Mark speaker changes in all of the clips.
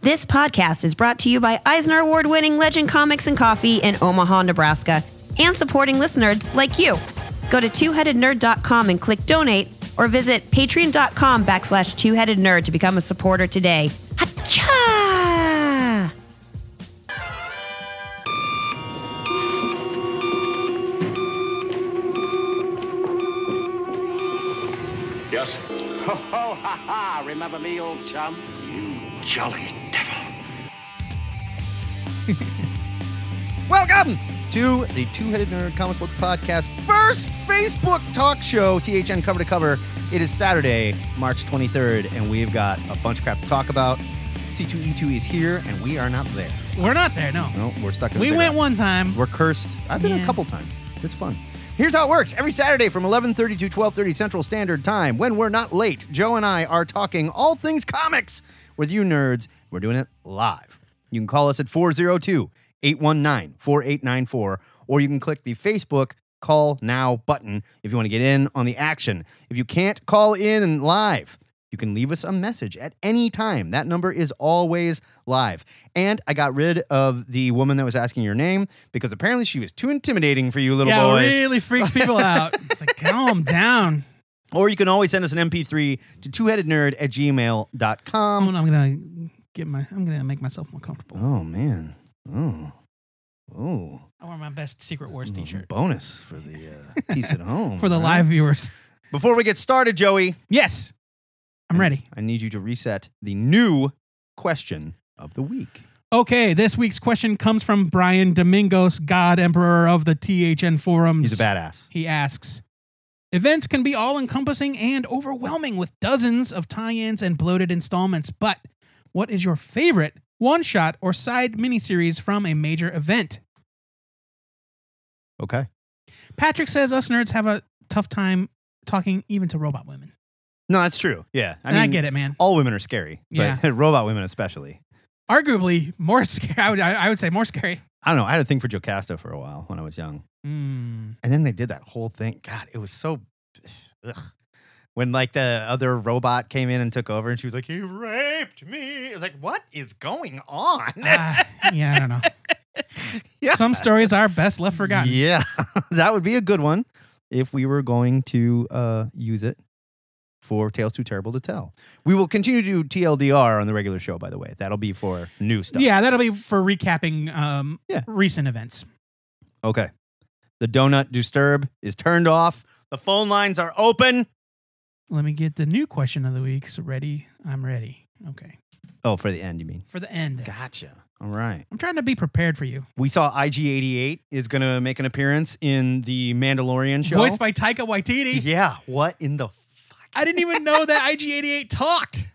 Speaker 1: This podcast is brought to you by Eisner Award winning Legend Comics and Coffee in Omaha, Nebraska, and supporting listeners like you. Go to twoheadednerd.com and click donate, or visit patreon.com backslash twoheadednerd to become a supporter today. Hacha!
Speaker 2: Yes.
Speaker 3: Ho, ho, Oh, ha, ha. Remember me, old chum?
Speaker 2: Jolly devil.
Speaker 4: Welcome to the Two Headed Nerd Comic Book Podcast first Facebook talk show, THN cover to cover. It is Saturday, March 23rd, and we've got a bunch of crap to talk about. C2E2 is here, and we are not there.
Speaker 5: We're not there, no.
Speaker 4: No, we're stuck in a
Speaker 5: we
Speaker 4: big
Speaker 5: went
Speaker 4: rock.
Speaker 5: one time.
Speaker 4: We're cursed. I've been a
Speaker 5: Yeah.
Speaker 4: couple times. It's fun. Here's how it works. Every Saturday from 11:30 to 12:30 Central Standard Time, when we're not late, Joe and I are talking all things comics with you nerds. We're doing it live. You can call us at 402-819-4894 or you can click the Facebook call now button if you want to get in on the action. If you can't call in live, you can leave us a message at any time. That number is always live. And I got rid of the woman that was asking your name because apparently she was too intimidating for you little
Speaker 5: yeah,
Speaker 4: boys.
Speaker 5: really freaks people out. It's like, calm down.
Speaker 4: Or you can always send us an MP3 to twoheadednerd at
Speaker 5: I'm,
Speaker 4: gmail.com.
Speaker 5: I'm gonna get my. I'm gonna make myself more comfortable.
Speaker 4: Oh, man. Oh. Oh.
Speaker 5: I wear my best Secret Wars
Speaker 4: Mm-hmm.
Speaker 5: T-shirt
Speaker 4: Bonus for the uh, peeps at home.
Speaker 5: for the
Speaker 4: huh?
Speaker 5: live viewers.
Speaker 4: Before we get started, Joey,
Speaker 5: Yes, I'm ready.
Speaker 4: I need you to reset the new question of the week.
Speaker 5: Okay, this week's question comes from Brian Domingos, God Emperor of the THN forums.
Speaker 4: He's a badass.
Speaker 5: He asks. Events can be all encompassing and overwhelming with dozens of tie ins and bloated installments, but what is your favorite one shot or side miniseries from a major event?
Speaker 4: Okay.
Speaker 5: Patrick says us nerds have a tough time talking even to robot women.
Speaker 4: No, that's true. Yeah. I
Speaker 5: And I get it, man.
Speaker 4: all women are scary, but robot women especially.
Speaker 5: Arguably more scary. I would, I I would say more scary.
Speaker 4: I don't know. I had a thing for Jocasta for a while when I was young,
Speaker 5: Mm.
Speaker 4: and then they did that whole thing. God, it was so. Ugh. When like the other robot came in and took over, and she was like, "He raped me." It's like, what is going on?
Speaker 5: Ah, yeah, I don't know.
Speaker 4: Yeah.
Speaker 5: Some stories are best left forgotten.
Speaker 4: Yeah, that would be a good one if we were going to uh, use it for Tales Too Terrible to Tell. We will continue to do TLDR on the regular show, by the way. That'll be for new stuff.
Speaker 5: Yeah, that'll be for recapping um,
Speaker 4: Yeah.
Speaker 5: recent events.
Speaker 4: Okay. The donut disturb is turned off. The phone lines are open.
Speaker 5: Let me get the new question of the week. So ready? I'm ready. Okay.
Speaker 4: Oh, for the end, you mean?
Speaker 5: For the end.
Speaker 4: Gotcha. All right.
Speaker 5: I'm trying to be prepared for you.
Speaker 4: We saw IG88 is going to make an appearance in the Mandalorian show.
Speaker 5: Voiced by Taika Waititi.
Speaker 4: yeah. What in the fuck?
Speaker 5: I didn't even know that IG88 talked.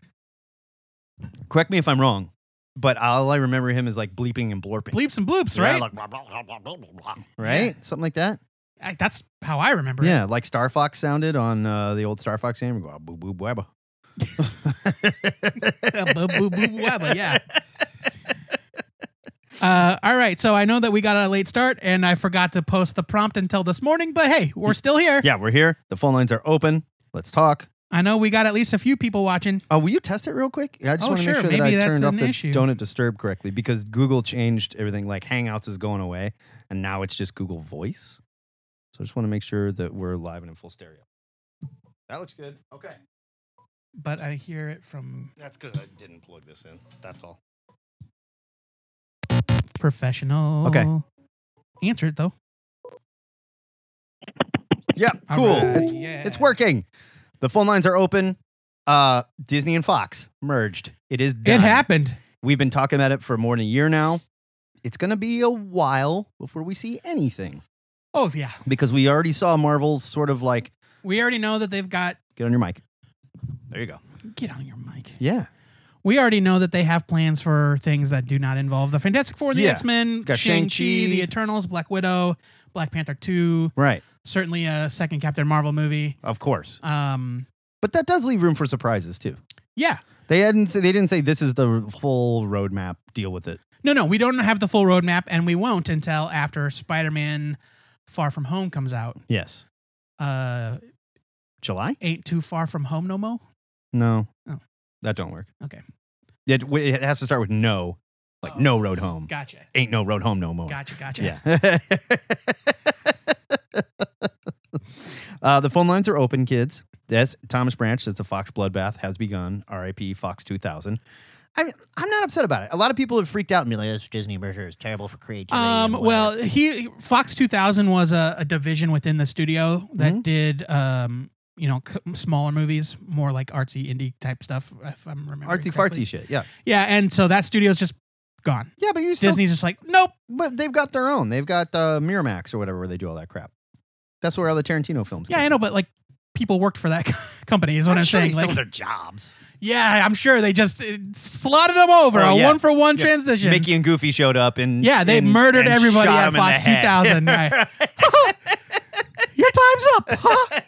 Speaker 4: Correct me if I'm wrong, but all I remember him is like bleeping and blorping.
Speaker 5: Bleeps and bloops,
Speaker 4: Yeah,
Speaker 5: right?
Speaker 4: like, blah, blah, blah, blah, blah, blah, right? Something like that.
Speaker 5: I, that's how I remember it.
Speaker 4: Yeah, like Star Fox sounded on uh, the old Star Fox game. We go, "Ah, boo boo wabba.
Speaker 5: Boo, boo, boo, boo, wabba, yeah. Uh, all right, so I know that we got a late start, and I forgot to post the prompt until this morning. But hey, we're still here.
Speaker 4: Yeah, we're here. The phone lines are open. Let's talk.
Speaker 5: I know we got at least a few people watching.
Speaker 4: Uh, will you test it real quick? I just
Speaker 5: Oh,
Speaker 4: want to
Speaker 5: sure.
Speaker 4: make sure
Speaker 5: Maybe
Speaker 4: that I
Speaker 5: that's
Speaker 4: turned off
Speaker 5: an
Speaker 4: the
Speaker 5: issue.
Speaker 4: Don't Disturb correctly because Google changed everything. Like Hangouts is going away, and now it's just Google Voice. So I just want to make sure that we're live and in full stereo. That looks good. Okay.
Speaker 5: But I hear it from
Speaker 4: That's because I didn't plug this in. That's all.
Speaker 5: professional.
Speaker 4: Okay.
Speaker 5: Answer it though.
Speaker 4: Yeah,
Speaker 5: All
Speaker 4: cool.
Speaker 5: right,
Speaker 4: It's,
Speaker 5: yeah.
Speaker 4: it's working. The phone lines are open. Uh, Disney and Fox merged. It is done.
Speaker 5: It happened.
Speaker 4: We've been talking about it for more than a year now. It's going to be a while before we see anything
Speaker 5: Oh yeah.
Speaker 4: because we already saw Marvel's sort of like
Speaker 5: We already know that they've got.
Speaker 4: Get on your mic. There you go.
Speaker 5: Get on your mic.
Speaker 4: Yeah.
Speaker 5: We already know that they have plans for things that do not involve the Fantastic Four, the
Speaker 4: Yeah.
Speaker 5: X Men,
Speaker 4: Got Shang-Chi.
Speaker 5: the Eternals, Black Widow, Black Panther Two,
Speaker 4: Right.
Speaker 5: certainly a second Captain Marvel movie.
Speaker 4: Of course.
Speaker 5: Um,
Speaker 4: But that does leave room for surprises too.
Speaker 5: yeah.
Speaker 4: They didn't say they didn't say this is the full roadmap. Deal with it.
Speaker 5: No, no, we don't have the full roadmap, and we won't until after Spider Man Far From Home comes out.
Speaker 4: Yes.
Speaker 5: Uh,
Speaker 4: July?
Speaker 5: ain't too far from home no mo.
Speaker 4: No.
Speaker 5: Oh.
Speaker 4: That don't work.
Speaker 5: Okay.
Speaker 4: It, it has to start with no, like
Speaker 5: Oh.
Speaker 4: no road home.
Speaker 5: Gotcha.
Speaker 4: Ain't no road home no more.
Speaker 5: Gotcha. Gotcha.
Speaker 4: Yeah. uh, the phone lines are open, kids. Yes, Thomas Branch says the Fox bloodbath has begun. R.I.P. Fox 2000. I, I'm not upset about it. A lot of people have freaked out and be like, "This Disney merger is terrible for creativity."
Speaker 5: Um,
Speaker 4: and whatever."
Speaker 5: well, he Fox 2000 was a, a division within the studio that
Speaker 4: Mhm.
Speaker 5: did, um, you know, c- smaller movies, more like artsy indie type stuff. If I'm remembering
Speaker 4: artsy
Speaker 5: correctly.
Speaker 4: fartsy shit. Yeah,
Speaker 5: Yeah, and so that studio's just gone.
Speaker 4: yeah, but you still,
Speaker 5: Disney's just like, nope.
Speaker 4: but they've got their own. They've got uh, Miramax or whatever where they do all that crap. That's where all the Tarantino films.
Speaker 5: Yeah,
Speaker 4: go.
Speaker 5: I know, but like people worked for that company is what I'm,
Speaker 4: sure they
Speaker 5: saying.
Speaker 4: still
Speaker 5: Like,
Speaker 4: have their jobs.
Speaker 5: yeah, I'm sure they just uh, slotted them over
Speaker 4: Oh,
Speaker 5: a
Speaker 4: yeah.
Speaker 5: one for one
Speaker 4: Yeah.
Speaker 5: transition.
Speaker 4: Mickey and Goofy showed up and
Speaker 5: Yeah, they
Speaker 4: and-
Speaker 5: murdered
Speaker 4: and
Speaker 5: everybody
Speaker 4: shot
Speaker 5: at
Speaker 4: 'em in the
Speaker 5: Fox
Speaker 4: head.
Speaker 5: 2000, right. Your time's up. Huh?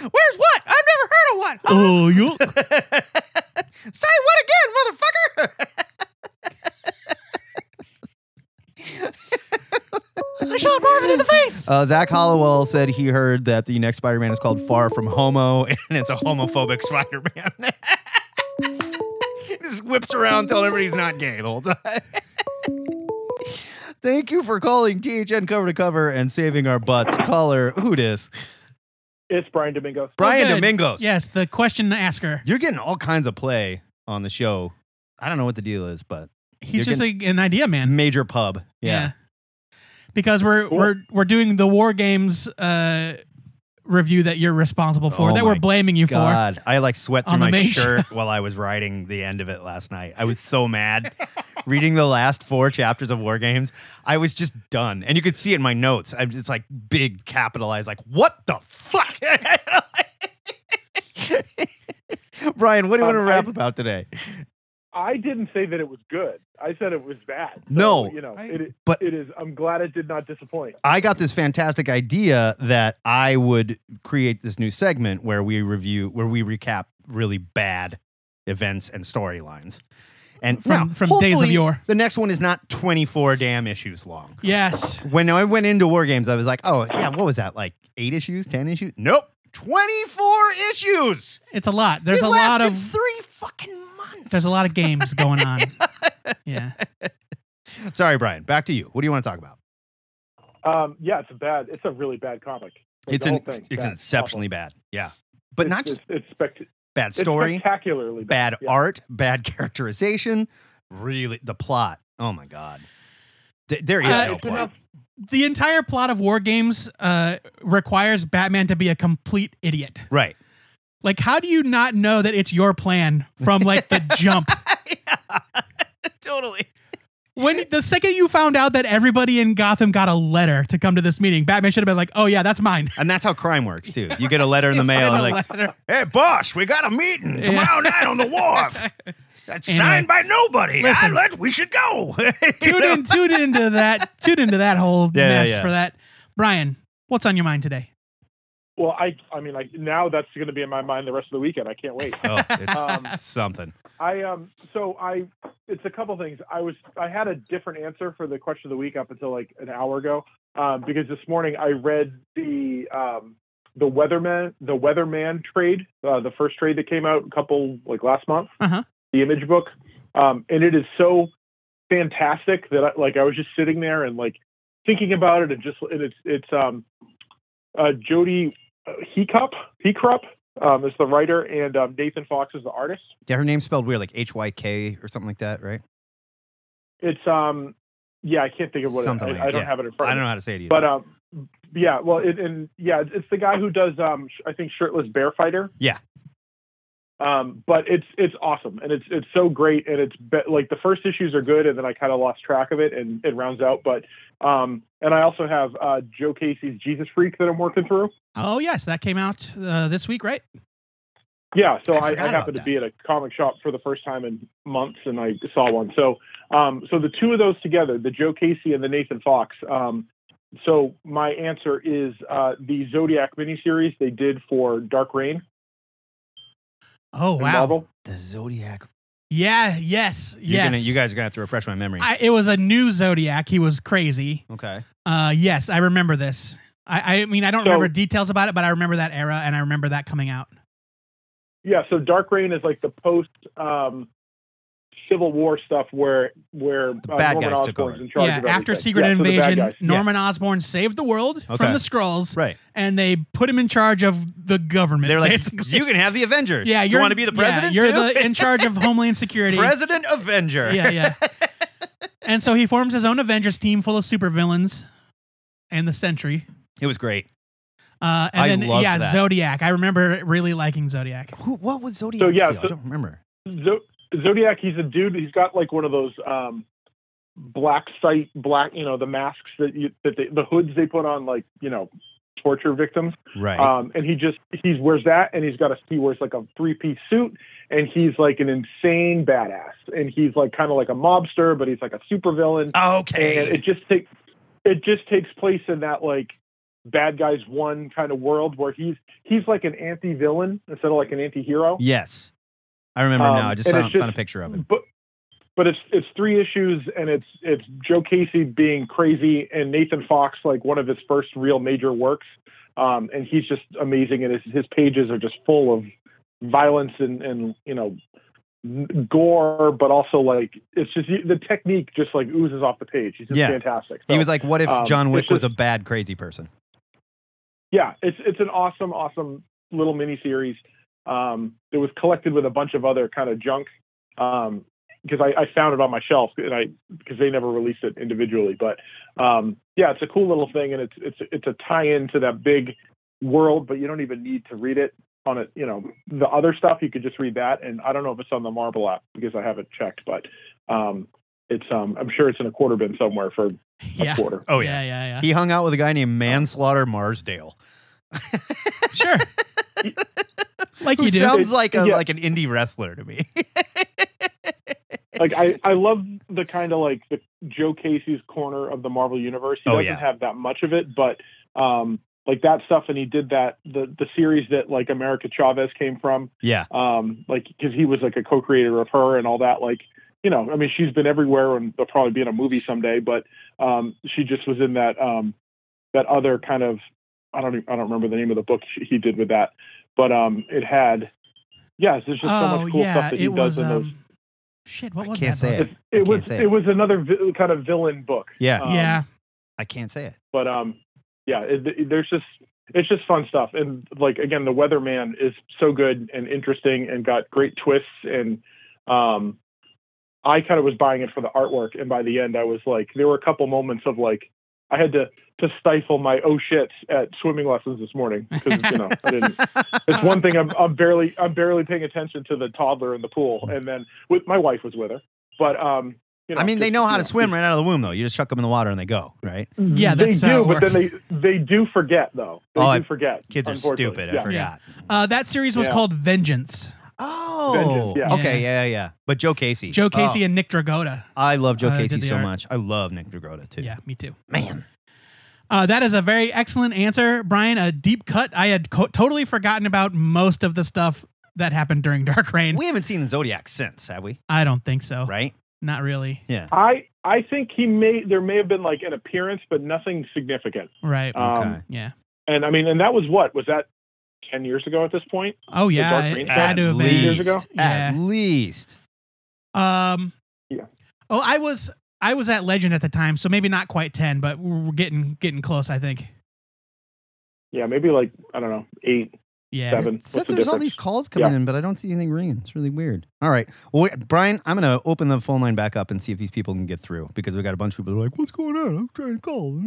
Speaker 4: Where's what? I've never heard of one.
Speaker 5: oh, you.
Speaker 4: Say what again, motherfucker?
Speaker 5: I shot Marvin in the face.
Speaker 4: Uh, Zach Hollowell said he heard that the next Spider-Man is called Far From Homo, and it's a homophobic Spider-Man. He Just whips around telling everybody he's not gay the whole time. Thank you for calling THN cover to cover and saving our butts. Caller, who dis?
Speaker 6: It's Brian Domingo.
Speaker 4: Brian
Speaker 5: good.
Speaker 4: Domingos.
Speaker 5: yes, the question asker.
Speaker 4: You're getting all kinds of play on the show. I don't know what the deal is, but
Speaker 5: He's
Speaker 4: You're
Speaker 5: just like an idea man.
Speaker 4: major pub. Yeah.
Speaker 5: Because we're
Speaker 6: Cool.
Speaker 5: we're we're doing the war games uh review that you're responsible for
Speaker 4: Oh
Speaker 5: that we're
Speaker 4: my
Speaker 5: blaming you for.
Speaker 4: God, I like sweat through
Speaker 5: On the
Speaker 4: my
Speaker 5: major.
Speaker 4: shirt while I was writing the end of it last night. I was so mad reading the last four chapters of War Games. I was just done, and you could see it in my notes. I'm just like big capitalized, like what the fuck. Brian, what do you want to
Speaker 6: Um,
Speaker 4: rap
Speaker 6: I-
Speaker 4: about today?
Speaker 6: I didn't say that it was good. I said it was bad. So,
Speaker 4: No,
Speaker 6: you know,
Speaker 5: I-
Speaker 6: it,
Speaker 4: but-
Speaker 6: it is. I'm glad it did not disappoint.
Speaker 4: I got this fantastic idea that I would create this new segment where we review, where we recap really bad events and storylines. And
Speaker 5: From-
Speaker 4: now,
Speaker 5: from days of
Speaker 4: hopefully,
Speaker 5: yore.
Speaker 4: the next one is not 24 damn issues long.
Speaker 5: Yes.
Speaker 4: When I went into War Games, I was like, oh, yeah, what was that? Like eight issues, 10 issues? Nope, 24 issues.
Speaker 5: It's a lot. There's
Speaker 4: it
Speaker 5: a lot
Speaker 4: lasted
Speaker 5: of
Speaker 4: three fucking months.
Speaker 5: there's a lot of games going on. yeah.
Speaker 4: of. Sorry, Brian, back to you. What do you want to talk about?
Speaker 6: Um, yeah, it's a bad. It's a really bad comic. Like,
Speaker 4: it's
Speaker 6: the
Speaker 4: an,
Speaker 6: whole thing.
Speaker 4: it's
Speaker 6: Bad.
Speaker 4: an exceptionally bad. Yeah. But
Speaker 6: Awful.
Speaker 4: not
Speaker 6: It's,
Speaker 4: just
Speaker 6: it's, it's spect-
Speaker 4: bad
Speaker 6: it's
Speaker 4: story.
Speaker 6: spectacularly
Speaker 4: bad
Speaker 6: bad. Yeah.
Speaker 4: art, bad characterization, really the plot. Oh my god, Th- there is
Speaker 5: Uh,
Speaker 4: no
Speaker 6: It's enough-
Speaker 4: plot.
Speaker 5: The entire plot of war games uh requires Batman to be a complete idiot.
Speaker 4: Right.
Speaker 5: Like how do you not know that it's your plan from like the jump?
Speaker 4: totally.
Speaker 5: When the second you found out that everybody in Gotham got a letter to come to this meeting, Batman should have been like, "Oh yeah, that's mine."
Speaker 4: And that's how crime works too. You get a letter in the
Speaker 5: Sign
Speaker 4: mail,
Speaker 5: a
Speaker 4: and like,
Speaker 5: letter.
Speaker 4: hey boss, we got a meeting tomorrow night on the wharf. That's
Speaker 5: Anyway.
Speaker 4: signed by nobody. I
Speaker 5: Listen.
Speaker 4: let- we should go.
Speaker 5: tune in, tune into that, tune into that whole
Speaker 4: Yeah, yeah,
Speaker 5: mess
Speaker 4: yeah.
Speaker 5: for that. Brian, what's on your mind today?
Speaker 6: Well, I. I mean, like now that's going to be in my mind the rest of the weekend. I can't wait.
Speaker 4: oh, it's
Speaker 6: Um,
Speaker 4: something.
Speaker 6: I um so I it's a couple things. I was I had a different answer for the question of the week up until like an hour ago um, because this morning I read the um, the weatherman the weatherman trade uh, the first trade that came out a couple like last month
Speaker 5: Uh-huh.
Speaker 6: the image book um, and it is so fantastic that I, like I was just sitting there and like thinking about it and just and it's it's um uh, Jody uh, Hecup Hecrup um, is the writer and um, Nathan Fox is the artist.
Speaker 4: Yeah, her name's spelled weird, like H Y K or something like that, right?
Speaker 6: It's um, yeah, I can't think of what it,
Speaker 4: Something
Speaker 6: I,
Speaker 4: like
Speaker 6: I
Speaker 4: that,
Speaker 6: don't
Speaker 4: yeah.
Speaker 6: have it in front.
Speaker 4: I don't know
Speaker 6: of
Speaker 4: how to say it
Speaker 6: me.
Speaker 4: either.
Speaker 6: But um, yeah, well, it, and yeah, it's- it's the guy who does um, sh- I think shirtless bear fighter.
Speaker 4: Yeah.
Speaker 6: Um, but it's it's awesome and it's it's so great and it's be- like the first issues are good and then I kind of lost track of it and it rounds out. But um, and I also have uh, Joe Casey's Jesus Freak that I'm working through.
Speaker 5: Oh yes, that came out uh, this week, right?
Speaker 6: Yeah, so
Speaker 4: I
Speaker 6: I, I,
Speaker 4: forgot about
Speaker 6: happened to
Speaker 4: that.
Speaker 6: be at a comic shop for the first time in months, and I saw one. So, um, so the two of those together, the Joe Casey and the Nathan Fox. Um, so my answer is uh, the Zodiac miniseries they did for Dark Reign.
Speaker 5: Oh
Speaker 6: in
Speaker 5: wow,
Speaker 6: Marvel.
Speaker 4: the Zodiac.
Speaker 5: yeah, yes,
Speaker 4: You're
Speaker 5: yes.
Speaker 4: gonna, you guys are gonna have to refresh my memory.
Speaker 5: I, it was a new Zodiac. He was crazy.
Speaker 4: okay.
Speaker 5: Uh, yes, I remember this. I, I mean, I don't
Speaker 6: So-
Speaker 5: remember details about it, but I remember that era and I remember that coming out.
Speaker 6: Yeah, so Dark Reign is like the post um, Civil War stuff where where
Speaker 4: The
Speaker 6: uh,
Speaker 4: bad
Speaker 6: Norman
Speaker 4: guys took
Speaker 6: Osborn's
Speaker 4: over.
Speaker 6: in charge
Speaker 5: Yeah,
Speaker 6: of
Speaker 5: after
Speaker 6: everything.
Speaker 5: Secret
Speaker 6: Yeah, so the bad
Speaker 5: Invasion,
Speaker 6: guys.
Speaker 5: Norman Osborn saved the world
Speaker 4: Okay.
Speaker 5: from the Skrulls,
Speaker 4: Right.
Speaker 5: and they put him in charge of the government.
Speaker 4: They're like,
Speaker 5: basically.
Speaker 4: you can have the Avengers.
Speaker 5: yeah,
Speaker 4: you
Speaker 5: you're-
Speaker 4: want to be the
Speaker 5: yeah,
Speaker 4: president?
Speaker 5: you're
Speaker 4: too?
Speaker 5: the in charge of Homeland Security.
Speaker 4: president Avenger.
Speaker 5: Yeah, yeah. and so he forms his own Avengers team full of supervillains and the Sentry.
Speaker 4: It was great.
Speaker 5: Uh, and
Speaker 4: I
Speaker 5: then
Speaker 4: loved
Speaker 5: yeah,
Speaker 4: that.
Speaker 5: Zodiac. I remember really liking Zodiac.
Speaker 4: Who, what was Zodiac?
Speaker 6: So, yeah, so-
Speaker 4: I don't remember.
Speaker 6: Zo- Zodiac, he's a dude. He's got like one of those um, black site, black you know the masks that you, that they, the hoods they put on like you know torture victims.
Speaker 4: Right.
Speaker 7: Uh,
Speaker 6: Um, and he just he wears that, and he's got a he wears like a three piece suit, and he's like an insane badass, and he's like kind of like a mobster, but he's like a supervillain. And
Speaker 4: okay.
Speaker 6: it just takes it just takes place in that like bad guys one kind of world where he's he's like an anti villain instead of like an anti hero.
Speaker 4: yes. I remember
Speaker 6: Um,
Speaker 4: now. I just
Speaker 6: and
Speaker 4: found,
Speaker 6: it's just-
Speaker 4: found a picture of it.
Speaker 6: But but it's it's three issues, and it's it's Joe Casey being crazy, and Nathan Fox like one of his first real major works, um, and he's just amazing, and his, his pages are just full of violence and and you know n- gore, but also like it's just the technique just like oozes off the page. He's just
Speaker 4: Yeah.
Speaker 6: fantastic.
Speaker 4: He
Speaker 6: So,
Speaker 4: was like, what if
Speaker 6: um,
Speaker 4: John
Speaker 6: it's
Speaker 4: Wick was
Speaker 6: just-
Speaker 4: a bad, crazy person?
Speaker 6: yeah, it's it's an awesome, awesome little mini series. Um, it was collected with a bunch of other kind of junk because I, I found it on my shelf and I because they never released it individually. But um, yeah, it's a cool little thing and it's it's it's a tie-in to that big world, but you don't even need to read it on it. You know, the other stuff you could just read that. And I don't know if it's on the Marvel app because I haven't checked, but um, it's um, I'm sure it's in a quarter bin somewhere for a
Speaker 5: Yeah.
Speaker 6: quarter.
Speaker 4: Oh,
Speaker 5: yeah, yeah, yeah.
Speaker 4: He hung out with a guy named Manslaughter Marsdale,
Speaker 5: Sure. like
Speaker 4: who
Speaker 5: you do.
Speaker 4: sounds like a,
Speaker 6: Yeah.
Speaker 4: like an indie wrestler to me.
Speaker 6: like I, I love the kind of like the Joe Casey's corner of the Marvel universe. He
Speaker 4: Oh,
Speaker 6: doesn't
Speaker 4: yeah.
Speaker 6: have that much of it, but um, like that stuff, and he did that the the series that like America Chavez came from,
Speaker 4: yeah,
Speaker 6: um, like because he was like a co-creator of her and all that. Like you know, I mean, she's been everywhere, and they'll probably be in a movie someday. But um, she just was in that um, that other kind of I don't even, I don't remember the name of the book she, he did with that, but um, it had. Yeah, there's just so
Speaker 5: oh
Speaker 6: much cool
Speaker 5: yeah,
Speaker 6: stuff that he
Speaker 5: it
Speaker 6: does
Speaker 5: was.
Speaker 6: in those.
Speaker 5: Um, shit, what
Speaker 4: I
Speaker 5: was
Speaker 4: can't
Speaker 5: that?
Speaker 4: say
Speaker 5: book?
Speaker 6: It
Speaker 4: it. I can't
Speaker 6: was
Speaker 4: say
Speaker 6: it.
Speaker 4: it.
Speaker 6: was another vi- kind of villain book.
Speaker 4: yeah.
Speaker 6: Um,
Speaker 5: yeah,
Speaker 4: I can't say it.
Speaker 6: but um, yeah, it, it- there's just it's just fun stuff, and like again, the Weatherman is so good and interesting, and got great twists, and um, I kind of was buying it for the artwork, and by the end, I was like, there were a couple moments of like. I had to, to stifle my oh shits at swimming lessons this morning because you know I didn't. It's one thing I'm, I'm barely I'm barely paying attention to the toddler in the pool, and then with my wife was with her, but um, you know,
Speaker 4: I mean, they
Speaker 6: just,
Speaker 4: know
Speaker 6: you
Speaker 4: how to swim right out of the womb, though. You just chuck them in the water and they go, right?
Speaker 5: Mm-hmm. yeah.
Speaker 6: Mm-hmm.
Speaker 5: That's
Speaker 6: they
Speaker 5: how
Speaker 6: do,
Speaker 5: it
Speaker 6: but
Speaker 5: works.
Speaker 6: then they they do forget though. They
Speaker 4: Oh, I-
Speaker 6: do forget.
Speaker 4: Kids are
Speaker 6: unfortunately.
Speaker 4: stupid. I
Speaker 6: Yeah.
Speaker 4: forgot.
Speaker 5: uh, that series was
Speaker 6: Yeah.
Speaker 5: called Vengeance.
Speaker 4: Oh,
Speaker 6: Vengeance, yeah.
Speaker 4: okay, yeah, yeah. But Joe Casey,
Speaker 5: Joe Casey
Speaker 4: Oh,
Speaker 5: and Nick Dragotta.
Speaker 4: I love Joe
Speaker 5: uh,
Speaker 4: Casey
Speaker 5: did the
Speaker 4: so
Speaker 5: art.
Speaker 4: much. I love Nick Dragotta too.
Speaker 5: Yeah, me too.
Speaker 4: man.
Speaker 5: Uh, that is a very excellent answer, Brian. A deep cut. I had co- totally forgotten about most of the stuff that happened during Dark Reign.
Speaker 4: We haven't seen the Zodiac since, have we?
Speaker 5: I don't think so.
Speaker 4: Right?
Speaker 5: Not really.
Speaker 4: Yeah.
Speaker 6: I I think he may there may have been like an appearance, but nothing significant.
Speaker 5: Right.
Speaker 6: Um,
Speaker 4: Okay.
Speaker 5: yeah.
Speaker 6: And I mean, and that was what was that ten years ago at this point?
Speaker 5: Oh yeah.
Speaker 6: Dark
Speaker 5: It
Speaker 6: Reign
Speaker 5: had
Speaker 6: stuff?
Speaker 5: to have been.
Speaker 6: Years ago?
Speaker 4: At
Speaker 5: Yeah.
Speaker 4: least.
Speaker 5: Um.
Speaker 6: Yeah.
Speaker 5: Oh, I was I was at Legend at the time, so maybe not quite ten, but we're getting getting close. I think.
Speaker 6: Yeah, maybe like I don't know eight
Speaker 5: Yeah.
Speaker 6: seven.
Speaker 4: It
Speaker 6: What's
Speaker 4: says
Speaker 6: the
Speaker 4: there's all
Speaker 6: difference?
Speaker 4: these calls coming
Speaker 6: Yeah.
Speaker 4: in, but I don't see anything ringing. It's really weird. All right. Well, wait, Brian, I'm going to open the phone line back up and see if these people can get through because we got a bunch of people who are like, what's going on? I'm trying to call.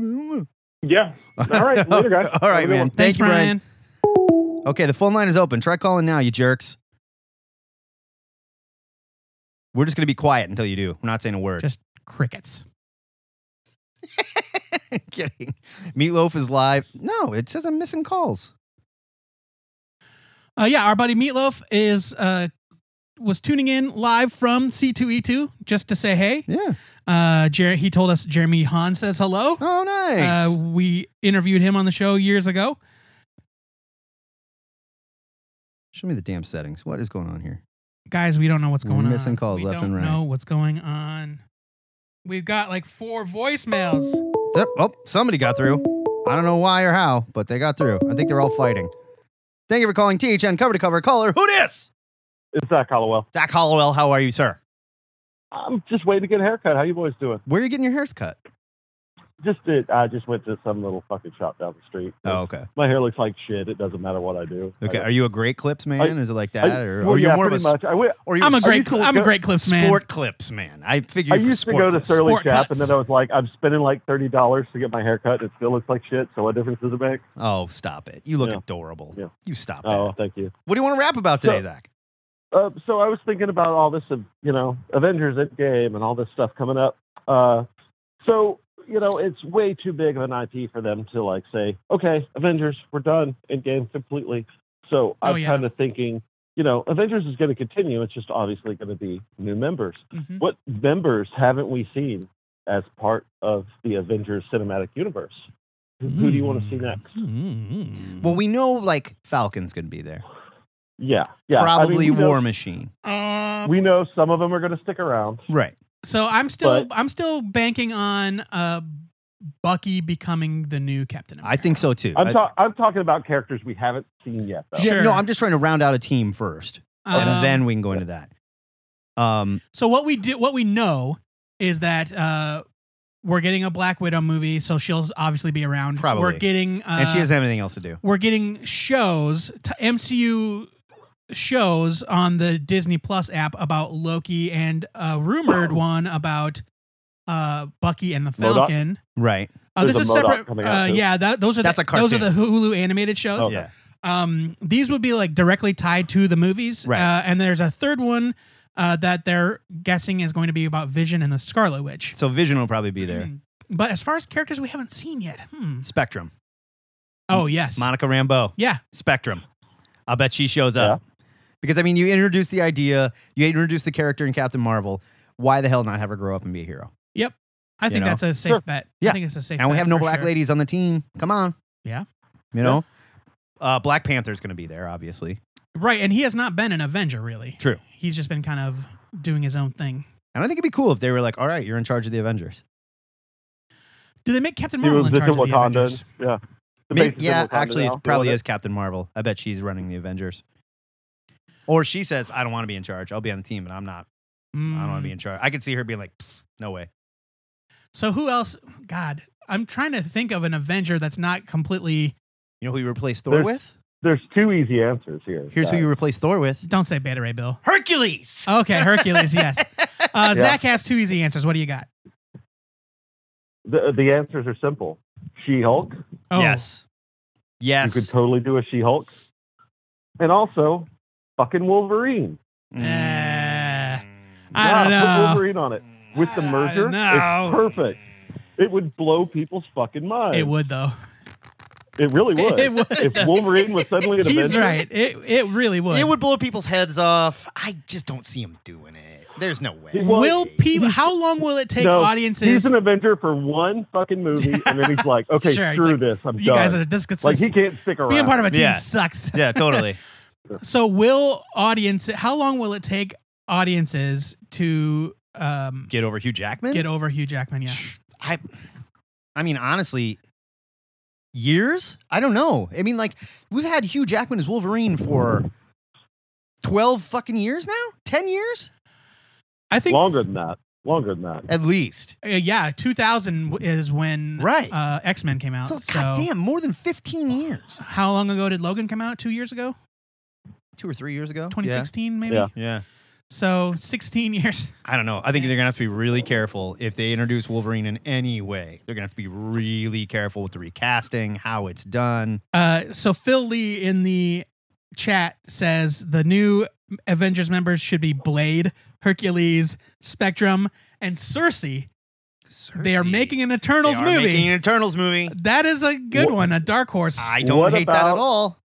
Speaker 6: Yeah. All right. Later, guys.
Speaker 4: all
Speaker 6: Have a
Speaker 4: right,
Speaker 6: good
Speaker 4: man.
Speaker 6: one.
Speaker 5: Thanks,
Speaker 4: Thank you,
Speaker 5: Brian.
Speaker 4: Brian. Okay, the phone line is open. Try calling now, you jerks. We're just going to be quiet until you do. We're not saying a word.
Speaker 5: Just crickets.
Speaker 4: kidding. Meatloaf is live. No, it says I'm missing calls.
Speaker 5: Uh, yeah, our buddy Meatloaf is uh was tuning in live from C2E2 just to say hey.
Speaker 4: Yeah.
Speaker 5: Uh, Jer- he told us Jeremy Hahn says hello.
Speaker 4: Oh, nice.
Speaker 5: Uh, we interviewed him on the show years ago.
Speaker 4: Show me the damn settings. What is going on here?
Speaker 5: Guys, we don't know what's
Speaker 4: We're
Speaker 5: going on.
Speaker 4: missing calls
Speaker 5: we
Speaker 4: left
Speaker 5: don't
Speaker 4: and right.
Speaker 5: know what's going on. We've got like four voicemails.
Speaker 4: Yep. Oh, somebody got through. I don't know why or how, but they got through. I think they're all fighting. Thank you for calling THN cover to cover caller. Who dis?
Speaker 7: It's Zach Hollowell.
Speaker 4: Zach Hollowell, how are you, sir?
Speaker 7: I'm just waiting to get a haircut. How you boys doing?
Speaker 4: Where are you getting your hairs cut?
Speaker 7: Just did. I just went to some little fucking shop down the street.
Speaker 4: Oh, okay.
Speaker 7: My hair looks like shit. It doesn't matter what I do.
Speaker 4: Okay.
Speaker 7: I,
Speaker 4: Are you a great clips man? is it like that,
Speaker 7: I-
Speaker 4: or,
Speaker 7: well,
Speaker 4: or you're
Speaker 7: yeah,
Speaker 4: more of a
Speaker 7: pretty
Speaker 4: s-
Speaker 7: much. I went-
Speaker 4: or you're
Speaker 5: I'm a
Speaker 4: a
Speaker 5: great,
Speaker 7: used to
Speaker 5: cl- I'm a
Speaker 7: go-
Speaker 5: great clips man.
Speaker 4: sport clips man? I figure
Speaker 7: I
Speaker 4: you for
Speaker 7: used to
Speaker 4: sport
Speaker 7: go to
Speaker 4: clips.
Speaker 7: Surly
Speaker 5: Sport
Speaker 7: Cap,
Speaker 5: cuts.
Speaker 7: and then I was like, I'm spending like thirty dollars to get my hair cut, and it still looks like shit. So what difference does it make?
Speaker 4: Oh, stop it! You look
Speaker 7: Yeah.
Speaker 4: adorable.
Speaker 7: Yeah.
Speaker 4: You stop that.
Speaker 7: Oh, thank you.
Speaker 4: What do you want to rap about today,
Speaker 7: So-
Speaker 4: Zach?
Speaker 7: Uh, so I was thinking about all this, of, you know, Avengers Endgame and all this stuff coming up. Uh, so you know, it's way too big of an IP for them to like say, okay, Avengers, we're done Endgame completely. So
Speaker 5: Oh,
Speaker 7: I'm
Speaker 5: yeah.
Speaker 7: kind of thinking, you know, Avengers is going to continue. It's just obviously going to be new members.
Speaker 4: Mm-hmm.
Speaker 5: Mhm.
Speaker 7: What members haven't we seen as part of the Avengers cinematic universe? Who who do you want to
Speaker 4: Hmm.
Speaker 7: see next?
Speaker 5: Mm.
Speaker 4: Well, we know like Falcon's gonna be there.
Speaker 7: Yeah, yeah. I mean,
Speaker 4: Probably
Speaker 7: we know-
Speaker 4: War Machine.
Speaker 5: Uh,
Speaker 7: We know some of them are going to stick around.
Speaker 4: Right.
Speaker 5: so I'm still
Speaker 7: but-
Speaker 5: I'm still banking on uh, Bucky becoming the new Captain. America.
Speaker 4: I think so too. I-
Speaker 7: I'm, ta- I'm talking about characters we haven't seen yet, though.
Speaker 4: Yeah,
Speaker 5: Sure.
Speaker 4: No, I'm just trying to round out a team first,
Speaker 5: Um,
Speaker 4: and then we can go into that. Um,
Speaker 5: So what we do, what we know, is that uh, we're getting a Black Widow movie, so she'll obviously be around.
Speaker 4: Probably.
Speaker 5: We're getting, uh,
Speaker 4: and she doesn't have anything else to do.
Speaker 5: We're getting shows, t- MCU shows on the Disney Plus app about Loki and a rumored one about uh, Bucky and the
Speaker 7: MODOK?
Speaker 5: Falcon.
Speaker 4: Right.
Speaker 5: Uh, this
Speaker 7: There's
Speaker 5: is
Speaker 7: a MODOK
Speaker 5: separate.
Speaker 7: coming out,
Speaker 5: Uh,
Speaker 7: too.
Speaker 5: yeah, that, those are
Speaker 4: That's
Speaker 5: the,
Speaker 4: a
Speaker 5: those are
Speaker 4: cartoon.
Speaker 5: the Hulu animated shows.
Speaker 7: Okay.
Speaker 4: Yeah.
Speaker 5: Um, these would be like directly tied to the movies.
Speaker 4: Right.
Speaker 5: Uh, and there's a third one uh, that they're guessing is going to be about Vision and the Scarlet Witch.
Speaker 4: So Vision will probably be there.
Speaker 5: Mm. But as far as characters we haven't seen yet, hmm.
Speaker 4: Spectrum.
Speaker 5: Oh yes,
Speaker 4: Monica Rambeau.
Speaker 5: yeah,
Speaker 4: Spectrum. I'll bet she shows up. Because I mean, you introduced the idea, you introduced the character in Captain Marvel. Why the hell not have her grow up and be a hero?
Speaker 5: I
Speaker 4: You
Speaker 5: think
Speaker 4: know?
Speaker 5: that's a safe
Speaker 7: Sure.
Speaker 5: bet. I
Speaker 4: Yeah.
Speaker 5: think it's a safe.
Speaker 4: and we
Speaker 5: bet
Speaker 4: have no
Speaker 5: for
Speaker 4: black
Speaker 5: sure.
Speaker 4: ladies on the team. Come on.
Speaker 5: Yeah.
Speaker 4: You know? Uh, Black Panther's going to be there, obviously.
Speaker 5: right? And he has not been an Avenger really.
Speaker 4: True.
Speaker 5: He's just been kind of doing his own thing.
Speaker 4: And I think it'd be cool if they were like, all right, you're in charge of the Avengers.
Speaker 5: Do they make Captain
Speaker 7: He
Speaker 5: Marvel
Speaker 7: was
Speaker 5: in
Speaker 7: just
Speaker 5: charge
Speaker 7: in
Speaker 5: of the
Speaker 7: Wakanda.
Speaker 5: Avengers?
Speaker 7: yeah. The
Speaker 4: Maybe-
Speaker 7: base is in
Speaker 4: yeah,
Speaker 7: Wakanda
Speaker 4: actually,
Speaker 7: now.
Speaker 4: it probably
Speaker 7: Yeah.
Speaker 4: is Captain Marvel. I bet she's running the Avengers. Or she says, I don't want to be in charge. I'll be on the team, and I'm not. I don't want
Speaker 5: Mm.
Speaker 4: to be in charge. I could see her being like, "Pfft, no way.
Speaker 5: So who else? God, I'm trying to think of an Avenger that's not completely.
Speaker 4: You know who you replace Thor
Speaker 7: There's-
Speaker 4: with?
Speaker 7: There's two easy answers here.
Speaker 4: Here's who
Speaker 7: guys.
Speaker 4: you replace Thor with
Speaker 5: Don't say Beta Ray Bill.
Speaker 4: Hercules.
Speaker 5: Okay, Hercules. yes. Uh,
Speaker 7: Yeah.
Speaker 5: Zach has two easy answers. What do you got?
Speaker 7: The, the answers are simple. She Hulk.
Speaker 5: Oh,
Speaker 4: Yes.
Speaker 7: You could
Speaker 4: Yes.
Speaker 7: totally do a She Hulk. And also, fucking Wolverine.
Speaker 4: Mm.
Speaker 5: Eh, I
Speaker 7: Yeah,
Speaker 5: don't know.
Speaker 7: Put Wolverine on it with the
Speaker 5: I
Speaker 7: merger.
Speaker 5: know.
Speaker 7: It's perfect. It would blow people's fucking mind.
Speaker 5: It would though.
Speaker 7: It really would.
Speaker 5: It would.
Speaker 7: If Wolverine was suddenly an
Speaker 5: He's
Speaker 7: Avenger,
Speaker 5: right. It it really would.
Speaker 4: It would blow people's heads off. I just don't see him doing it. There's no way.
Speaker 7: It was-
Speaker 5: will people? How long will it take
Speaker 7: No,
Speaker 5: audiences?
Speaker 7: He's an Avenger for one fucking movie, and then he's like, "Okay,
Speaker 5: Sure, he's
Speaker 7: screw
Speaker 5: like,
Speaker 7: this, I'm
Speaker 5: you
Speaker 7: done."
Speaker 5: guys are this.
Speaker 7: like he can't stick around.
Speaker 5: being part of a team
Speaker 4: Yeah.
Speaker 5: sucks.
Speaker 4: yeah, totally.
Speaker 5: So will audience? How long will it take audiences to um,
Speaker 4: Get over Hugh Jackman?
Speaker 5: get over Hugh Jackman? Yeah.
Speaker 4: I I mean honestly years? I don't know. I mean like we've had Hugh Jackman as Wolverine for 12 fucking years now? 10 years?
Speaker 5: I think
Speaker 7: longer than that. Longer than that.
Speaker 4: At least.
Speaker 5: Uh, yeah, 2000 w- is when
Speaker 4: Right.
Speaker 5: uh, X Men came out.
Speaker 4: So
Speaker 5: So,
Speaker 4: goddamn more than 15 years.
Speaker 5: how long ago did Logan come out? Two years ago,
Speaker 4: 2 or 3 years ago?
Speaker 5: 2016 maybe.
Speaker 7: Yeah.
Speaker 4: Yeah. Yeah.
Speaker 5: So 16 years.
Speaker 4: I don't know. I think they're going to have to be really careful if they introduce Wolverine in any way. They're going to have to be really careful with the recasting, how it's done.
Speaker 5: Uh, so Phil Lee in the chat says the new Avengers members should be Blade, Hercules, Spectrum, and Cersei. They are making an
Speaker 4: They
Speaker 5: Eternals
Speaker 4: are
Speaker 5: movie.
Speaker 4: making an Eternals movie.
Speaker 5: that is a good
Speaker 7: Wha-
Speaker 5: one, a dark horse.
Speaker 4: I don't
Speaker 7: What
Speaker 4: hate that at
Speaker 7: about-
Speaker 4: all.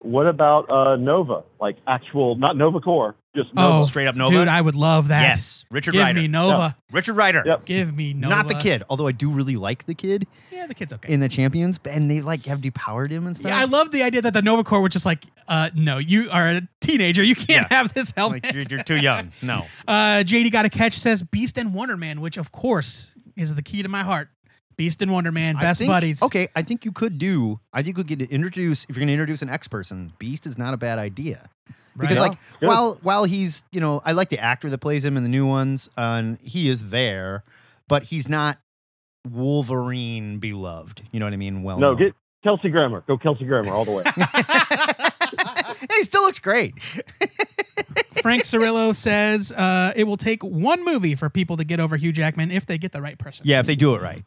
Speaker 7: What about uh, Nova? Like actual, not Nova Core, just Nova.
Speaker 5: Oh,
Speaker 4: Straight up Nova.
Speaker 5: Dude, I would love that.
Speaker 4: Yes, Richard
Speaker 5: Give
Speaker 4: Rider.
Speaker 5: me Nova.
Speaker 4: Richard Rider.
Speaker 7: Yep.
Speaker 5: Give me Nova.
Speaker 4: Not the kid, although I do really like the kid
Speaker 5: Yeah, the kid's okay.
Speaker 4: in the Champions, and they like have depowered him and stuff.
Speaker 5: Yeah, I love the idea that the Nova Corps was just like, uh, no, you are a teenager. You can't have this helmet.
Speaker 4: like you're, you're too young. No,
Speaker 5: uh, JD Got a Catch says Beast and Wonder Man, which of course is the key to my heart. Beast and Wonder Man,
Speaker 4: I
Speaker 5: best
Speaker 4: think-
Speaker 5: buddies.
Speaker 4: Okay, I think you could do. I think you could introduce if you're going to introduce an X person. Beast is not a bad idea because,
Speaker 5: Right.
Speaker 4: like,
Speaker 7: Good.
Speaker 4: while while he's you know, I like the actor that plays him in the new ones, uh, and he is there, but he's not Wolverine beloved. You know what I mean? Well,
Speaker 7: No,
Speaker 4: known.
Speaker 7: get Kelsey Grammer. Go Kelsey Grammer all the way.
Speaker 4: he still looks great.
Speaker 5: Frank Cirillo says uh, it will take one movie for people to get over Hugh Jackman if they get the right person.
Speaker 4: Yeah, if they do it right,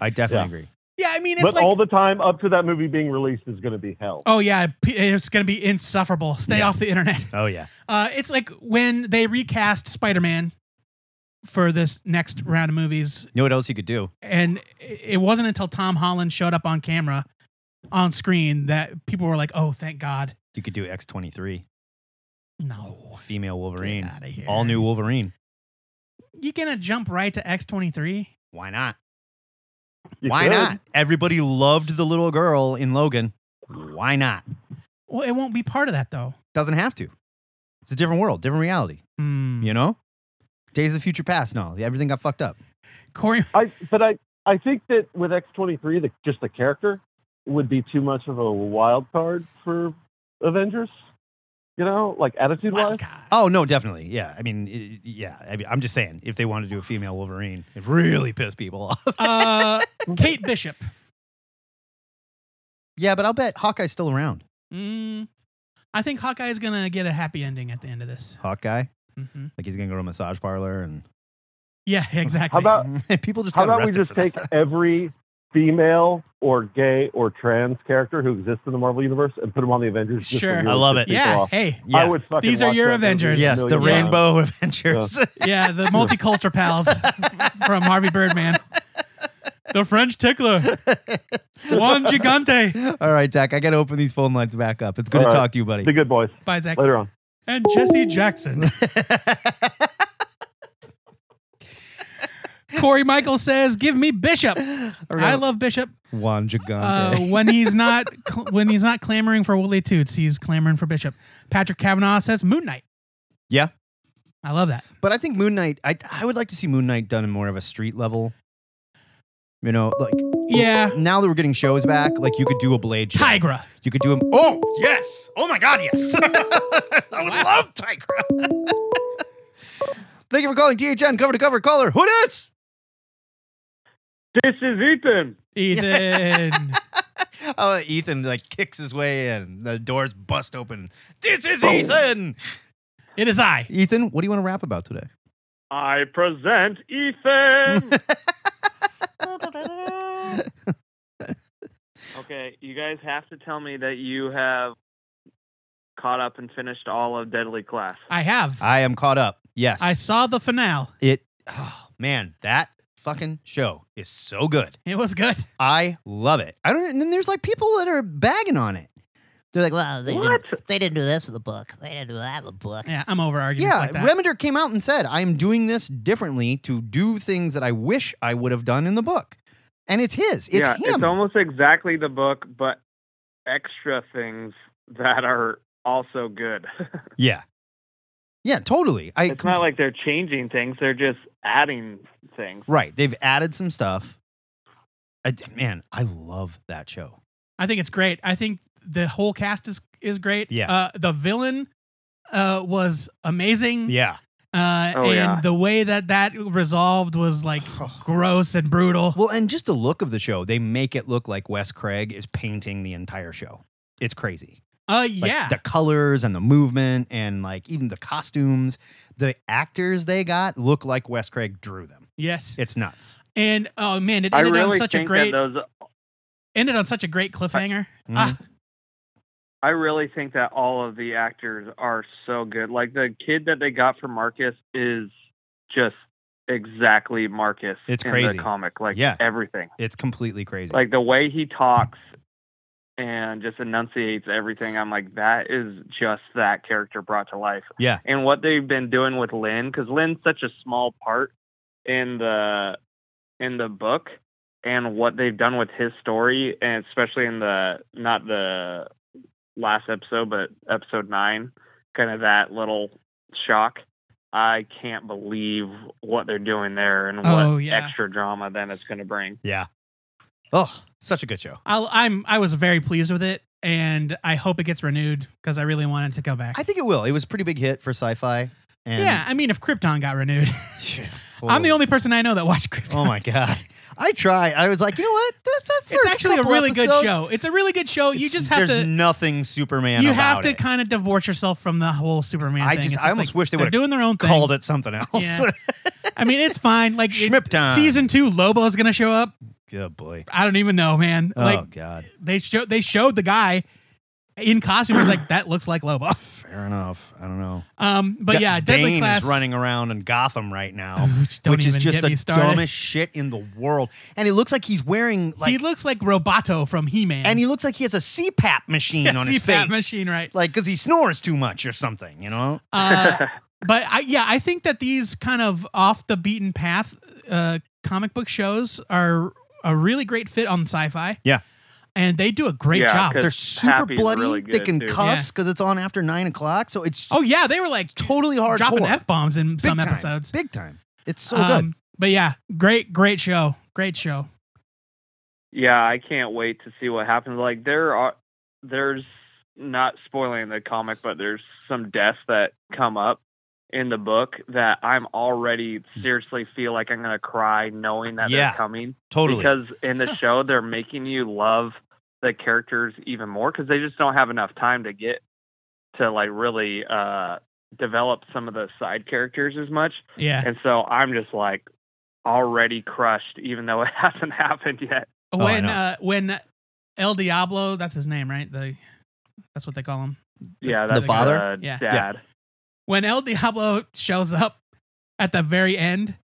Speaker 4: I definitely
Speaker 7: Yeah.
Speaker 4: agree.
Speaker 5: yeah. I mean, it's
Speaker 7: but
Speaker 5: like,
Speaker 7: all the time up to that movie being released is going to be hell.
Speaker 5: oh yeah, p- it's gonna be insufferable. Stay off the internet.
Speaker 4: Oh yeah,
Speaker 5: Uh, it's like when they recast Spider-Man for this next round of movies,
Speaker 4: you know what else you could do?
Speaker 5: and it it wasn't until Tom Holland showed up on camera, on screen, that people were like, "Oh, thank God."
Speaker 4: You could do X twenty three
Speaker 5: No,
Speaker 4: female Wolverine,
Speaker 5: outta here.
Speaker 4: all new Wolverine.
Speaker 5: you gonna jump right to X twenty three?
Speaker 4: Why not?
Speaker 7: You
Speaker 4: Why
Speaker 7: could.
Speaker 4: not? Everybody loved the little girl in Logan. Why not?
Speaker 5: Well, it won't be part of that though.
Speaker 4: Doesn't have to. It's a different world, different reality.
Speaker 5: Hmm.
Speaker 4: You know, Days of the Future Past. No, everything got fucked up.
Speaker 5: Corey,
Speaker 7: I but I I think that with X twenty three, the just the character would be too much of a wild card for Avengers. You know, like attitude wise.
Speaker 4: Oh no, definitely. Yeah, I mean, it- yeah. I mean, I'm just saying, if they want to do a female Wolverine, it really pissed people off.
Speaker 5: uh, Kate Bishop.
Speaker 4: yeah, but I'll bet Hawkeye's still around.
Speaker 5: Mm, I think Hawkeye is gonna get a happy ending at the end of this.
Speaker 4: Hawkeye,
Speaker 5: hmm
Speaker 4: like he's gonna go to a massage parlor and
Speaker 5: Yeah, exactly.
Speaker 7: How about
Speaker 4: people just.
Speaker 7: how
Speaker 4: got
Speaker 7: about we
Speaker 4: arrested
Speaker 7: just
Speaker 4: for that.
Speaker 7: take every female or gay or trans character who exists in the Marvel universe and put them on the Avengers? just to
Speaker 5: Sure.
Speaker 7: really
Speaker 4: I love
Speaker 7: piss
Speaker 4: it.
Speaker 7: people
Speaker 5: yeah,
Speaker 7: off?
Speaker 5: hey,
Speaker 4: Yeah.
Speaker 7: I would fucking
Speaker 5: These are
Speaker 7: watch
Speaker 5: your
Speaker 7: that movie a
Speaker 5: Avengers.
Speaker 4: yes, the
Speaker 7: million times.
Speaker 4: Rainbow Avengers.
Speaker 5: yeah, the multicultural pals from Harvey Birdman. The French tickler, Juan Gigante,
Speaker 4: All right, Zach, I got to open these phone lines back up. It's good
Speaker 7: All
Speaker 4: to
Speaker 7: right.
Speaker 4: talk to you, buddy.
Speaker 7: The Good Boys.
Speaker 5: by Zach,
Speaker 7: Later on.
Speaker 5: and Jesse Jackson. Corey Michael says, "Give me Bishop. I love Bishop.
Speaker 4: Juan Gigante.
Speaker 5: Uh, when he's not cl- when he's not clamoring for Willie Toots, he's clamoring for Bishop." Patrick Kavanaugh says, "Moon Knight."
Speaker 4: Yeah.
Speaker 5: I love that.
Speaker 4: But I think Moon Knight, I, I would like to see Moon Knight done in more of a street level. You know, like
Speaker 5: Yeah,
Speaker 4: now that we're getting shows back, like you could do a Blade show.
Speaker 5: Tigra.
Speaker 4: You could do a. Oh, yes. Oh, my God, yes. I would love Tigra. Thank you for calling DHN cover to cover caller. Who dis?
Speaker 7: This is Ethan.
Speaker 5: Ethan.
Speaker 4: Oh, Ethan like kicks his way in. The doors bust open. This is Ethan.
Speaker 5: Oh. it is I.
Speaker 4: Ethan, what do you want to rap about today?
Speaker 7: I present Ethan.
Speaker 8: Okay, you guys have to tell me that you have caught up and finished all of Deadly Class.
Speaker 5: I have.
Speaker 4: I am caught up. Yes.
Speaker 5: I saw the finale.
Speaker 4: it oh, man, that fucking show is so good.
Speaker 5: It was good.
Speaker 4: I love it. I don't and then there's like people that are bagging on it. They're like, well, they
Speaker 8: What?
Speaker 4: Didn't, they didn't do this with the book. They didn't do that with the book.
Speaker 5: Yeah, I'm over arguments
Speaker 4: Yeah,
Speaker 5: like that.
Speaker 4: Remender came out and said, I am doing this differently to do things that I wish I would have done in the book. And it's his. It's
Speaker 8: yeah,
Speaker 4: him.
Speaker 8: it's almost exactly the book, but extra things that are also good.
Speaker 4: Yeah. Yeah, totally. I
Speaker 8: it's not like they're changing things; they're just adding things.
Speaker 4: right. They've added some stuff. I, man, I love that show.
Speaker 5: I think it's great. I think the whole cast is is great.
Speaker 4: Yeah.
Speaker 5: Uh, the villain uh, was amazing.
Speaker 4: Yeah.
Speaker 5: Uh,
Speaker 8: Oh,
Speaker 5: and
Speaker 8: yeah.
Speaker 5: the way that that resolved was like
Speaker 4: Oh.
Speaker 5: gross and brutal.
Speaker 4: Well, and just the look of the show, they make it look like Wes Craig is painting the entire show. It's crazy.
Speaker 5: Uh,
Speaker 4: Like,
Speaker 5: yeah.
Speaker 4: The colors and the movement and like even the costumes, the actors they got look like Wes Craig drew them.
Speaker 5: yes.
Speaker 4: It's nuts.
Speaker 5: And oh man, it
Speaker 8: I
Speaker 5: ended
Speaker 8: really
Speaker 5: on such a
Speaker 8: think
Speaker 5: great
Speaker 8: that those.
Speaker 5: ended on such a great cliffhanger.
Speaker 4: Mhm.
Speaker 5: Ah,
Speaker 8: I really think that all of the actors are so good. Like the kid that they got for Marcus is just exactly Marcus.
Speaker 4: It's
Speaker 8: in
Speaker 4: crazy.
Speaker 8: the comic. Like
Speaker 4: Yeah.
Speaker 8: everything.
Speaker 4: It's completely crazy.
Speaker 8: like the way he talks and just enunciates everything i'm like that is just that character brought to life
Speaker 4: Yeah.
Speaker 8: and what they've been doing with lynn because lynn's such a small part in the in the book and what they've done with his story and especially in the not the last episode but episode nine kind of that little shock i can't believe what they're doing there and what
Speaker 5: Oh, yeah.
Speaker 8: extra drama then it's going to bring
Speaker 4: yeah. Oh, such a good show.
Speaker 5: I'll, I'm I was very pleased with it, and I hope it gets renewed because I really wanted to go back.
Speaker 4: I think it will. It was a pretty big hit for sci-fi. And
Speaker 5: yeah, I mean, if Krypton got renewed, I'm the
Speaker 4: Whoa.
Speaker 5: only person I know that watched Krypton.
Speaker 4: Oh my god! I tried. I was like, you know what? That's that
Speaker 5: it's
Speaker 4: first
Speaker 5: actually a
Speaker 4: couple
Speaker 5: really
Speaker 4: episodes,
Speaker 5: good show. It's a really good show. Oh, you
Speaker 4: it's-
Speaker 5: just have
Speaker 4: There's
Speaker 5: to.
Speaker 4: nothing Superman.
Speaker 5: You
Speaker 4: about
Speaker 5: have to
Speaker 4: it.
Speaker 5: kind of divorce yourself from the whole Superman
Speaker 4: I
Speaker 5: thing.
Speaker 4: just-
Speaker 5: It's
Speaker 4: I almost wish they
Speaker 5: they're
Speaker 4: would've
Speaker 5: doing their own thing.
Speaker 4: called it something else.
Speaker 5: Yeah. I mean, it's fine. Like it-
Speaker 4: Schmip time.
Speaker 5: season two, Lobo's gonna show up.
Speaker 4: good boy.
Speaker 5: I don't even know, man. Like
Speaker 4: oh god.
Speaker 5: they show they showed the guy in costume. It's like that looks like Lobo.
Speaker 4: Fair enough. I don't know.
Speaker 5: Um, but yeah, Deadly
Speaker 4: Bane
Speaker 5: Class
Speaker 4: is running around in Gotham right now,
Speaker 5: Don't
Speaker 4: which is
Speaker 5: even
Speaker 4: just
Speaker 5: get
Speaker 4: the
Speaker 5: me started.
Speaker 4: dumbest shit in the world. And it looks like he's wearing like,
Speaker 5: he looks like Roboto from He Man.
Speaker 4: and he looks like he has a CPAP machine on his face,
Speaker 5: machine, right?
Speaker 4: like because he snores too much or something. You know,
Speaker 5: Uh, but I, yeah, I think that these kind of off the beaten path uh, comic book shows are a really great fit on sci-fi.
Speaker 4: Yeah.
Speaker 5: and they do a great
Speaker 8: Yeah,
Speaker 5: job.
Speaker 8: 'cause
Speaker 4: they're super
Speaker 8: Happy's
Speaker 4: bloody.
Speaker 8: really
Speaker 4: they
Speaker 8: good,
Speaker 4: can
Speaker 8: too.
Speaker 4: cuss because it's on after nine o'clock, so it's
Speaker 5: Oh yeah, they were like
Speaker 4: totally hardcore.
Speaker 5: dropping f bombs in
Speaker 4: Big
Speaker 5: some
Speaker 4: time.
Speaker 5: episodes.
Speaker 4: big time. It's so good.
Speaker 5: Um, But yeah, great, great show. Great show.
Speaker 8: Yeah, I can't wait to see what happens. Like there are there's not spoiling the comic, but there's some deaths that come up in the book that I'm already seriously feel like I'm gonna cry knowing that
Speaker 4: Hmm. Yeah,
Speaker 8: they're coming.
Speaker 4: Totally.
Speaker 8: Because in the show they're making you love the characters even more because they just don't have enough time to get to like really uh develop some of the side characters as much.
Speaker 5: Yeah.
Speaker 8: And so I'm just like already crushed even though it hasn't happened yet.
Speaker 4: Oh, I
Speaker 5: when
Speaker 4: know.
Speaker 5: uh, when El Diablo, that's his name, right? The that's what they call him.
Speaker 8: Yeah,
Speaker 4: The
Speaker 8: that's
Speaker 4: father?
Speaker 8: uh,
Speaker 5: Yeah.
Speaker 8: dad.
Speaker 5: When El Diablo shows up at the very end,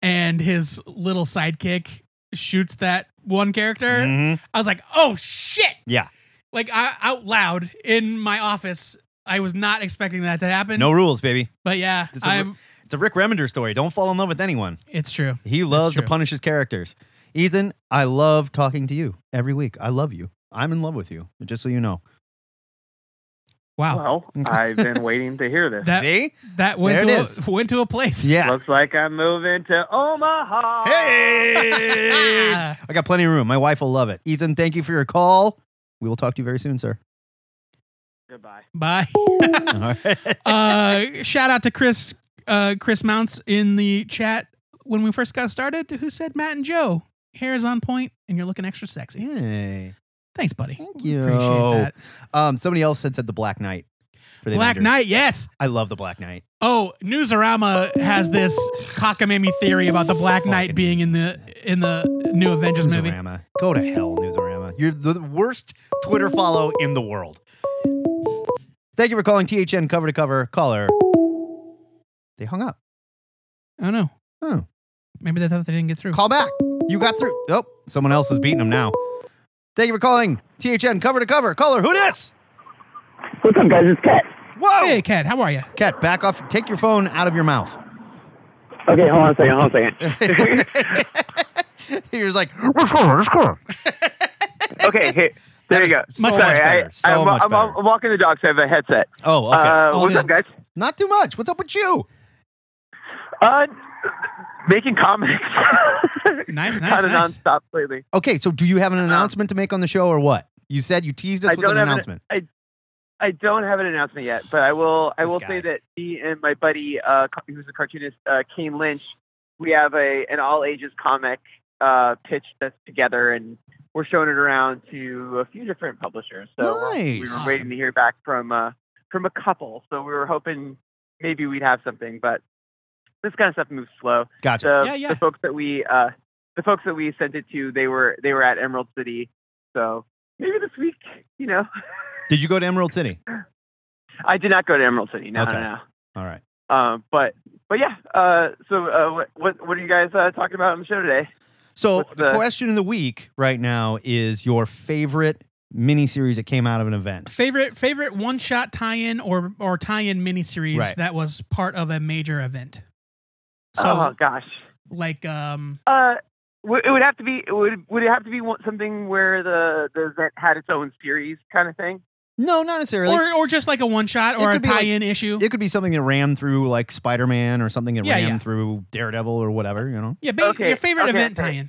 Speaker 5: and his little sidekick shoots that one character,
Speaker 4: Mhm.
Speaker 5: I was like, "Oh shit!"
Speaker 4: Yeah.
Speaker 5: Like I, out loud in my office, I was not expecting that to happen.
Speaker 4: No rules, baby.
Speaker 5: But yeah,
Speaker 4: It's a-
Speaker 5: I'm,
Speaker 4: It's a Rick Remender story. Don't fall in love with anyone.
Speaker 5: it's true.
Speaker 4: He loves to
Speaker 5: true.
Speaker 4: punish his characters. Ethan, I love talking to you every week. I love you. I'm in love with you. Just so you know.
Speaker 5: Wow.
Speaker 8: Well, I've been waiting to hear this.
Speaker 5: That
Speaker 4: See?
Speaker 5: that went
Speaker 4: There it
Speaker 5: to a, went to a place.
Speaker 4: Yeah.
Speaker 8: Looks like I'm moving to Omaha.
Speaker 4: Hey!
Speaker 5: Ah.
Speaker 4: I got plenty of room. My wife will love it. Ethan, thank you for your call. We will talk to you very soon, sir.
Speaker 8: Goodbye.
Speaker 5: Bye.
Speaker 4: All right.
Speaker 5: uh, shout out to Chris uh, Chris Mounts in the chat when we first got started, who said Matt and Joe hair is on point and you're looking extra sexy.
Speaker 4: Yay.
Speaker 5: Thanks, buddy.
Speaker 4: Thank
Speaker 5: We
Speaker 4: you.
Speaker 5: Appreciate that.
Speaker 4: Um, somebody else had said the Black Knight. For the
Speaker 5: Black
Speaker 4: Avengers.
Speaker 5: Knight, yes.
Speaker 4: I love the Black Knight.
Speaker 5: Oh, Newsarama has this cockamamie theory about the Black Knight
Speaker 4: Fucking-
Speaker 5: being in the in the new Avengers movie.
Speaker 4: Newsarama. Go to hell, Newsarama. You're the worst Twitter follow in the world. Thank you for calling THN cover to cover. Caller. They hung up.
Speaker 5: Oh no.
Speaker 4: Oh.
Speaker 5: Maybe they thought they didn't get through.
Speaker 4: Call back. You got through. Oh, someone else is beating them now. Thank you for calling THN cover to cover. Caller, who this?
Speaker 9: What's up, guys? It's Kat.
Speaker 4: Whoa.
Speaker 5: Hey, Kat, how are you?
Speaker 4: Cat, back off. Take your phone out of your mouth.
Speaker 9: Okay, hold on a second. Hold on a second.
Speaker 4: He was like,
Speaker 9: Okay, here. There you go.
Speaker 4: so much
Speaker 9: Sorry,
Speaker 4: better.
Speaker 9: I,
Speaker 4: So
Speaker 9: I'm,
Speaker 4: much
Speaker 9: I'm,
Speaker 4: better.
Speaker 9: I'm walking the dog, so I have a headset.
Speaker 4: oh, okay.
Speaker 9: Uh,
Speaker 5: All
Speaker 9: what's
Speaker 5: good.
Speaker 9: up, guys?
Speaker 4: Not too much. What's up with you?
Speaker 9: Uh, making comics.
Speaker 5: Nice, nice,
Speaker 9: kind of
Speaker 5: nice.
Speaker 9: nonstop lately.
Speaker 4: Okay, so do you have an announcement to make on the show or what? You said you teased us
Speaker 9: Um, I
Speaker 4: with
Speaker 9: don't
Speaker 4: an
Speaker 9: have an-
Speaker 4: announcement.
Speaker 9: I don't have an announcement yet, but I will. I
Speaker 4: This
Speaker 9: will
Speaker 4: guy.
Speaker 9: say that me and my buddy, uh, co- who's a cartoonist, uh, Kane Lynch, we have a an all ages comic uh, pitch that's together, and we're showing it around to a few different publishers. So we're- we
Speaker 4: Nice.
Speaker 9: were waiting to hear back from uh, from a couple. So we were hoping maybe we'd have something, but this kind of stuff moves slow.
Speaker 4: Gotcha.
Speaker 9: The,
Speaker 5: Yeah, yeah.
Speaker 9: the folks that we uh, the folks that we sent it to, they were they were at Emerald City, so maybe this week, you know.
Speaker 4: Did you go to Emerald City?
Speaker 9: I did not go to Emerald City. No,
Speaker 4: Okay.
Speaker 9: no,
Speaker 4: All right.
Speaker 9: no. Um, but but yeah. Uh, so uh, what- what what are you guys uh, talking about on the show today?
Speaker 4: So
Speaker 9: What's
Speaker 4: the,
Speaker 9: the-
Speaker 4: question of the week right now is your favorite miniseries that came out of an event.
Speaker 5: Favorite favorite one shot tie in or or tie in miniseries
Speaker 4: Right.
Speaker 5: that was part of a major event. So
Speaker 9: oh gosh.
Speaker 5: like um
Speaker 9: Uh, w- it would have to be it would would it have to be one- something where the the event had its own series kind of thing?
Speaker 4: No, not necessarily.
Speaker 5: or or just like a one shot
Speaker 4: It
Speaker 5: or a
Speaker 4: could be like-
Speaker 5: tie-in issue.
Speaker 4: it could be something that ran through like Spider Man or something that
Speaker 5: Yeah,
Speaker 4: ran
Speaker 5: yeah.
Speaker 4: through Daredevil or whatever, you know?
Speaker 5: yeah, ba-
Speaker 9: Okay,
Speaker 5: your favorite
Speaker 9: okay,
Speaker 5: event
Speaker 9: okay.
Speaker 5: tie-in.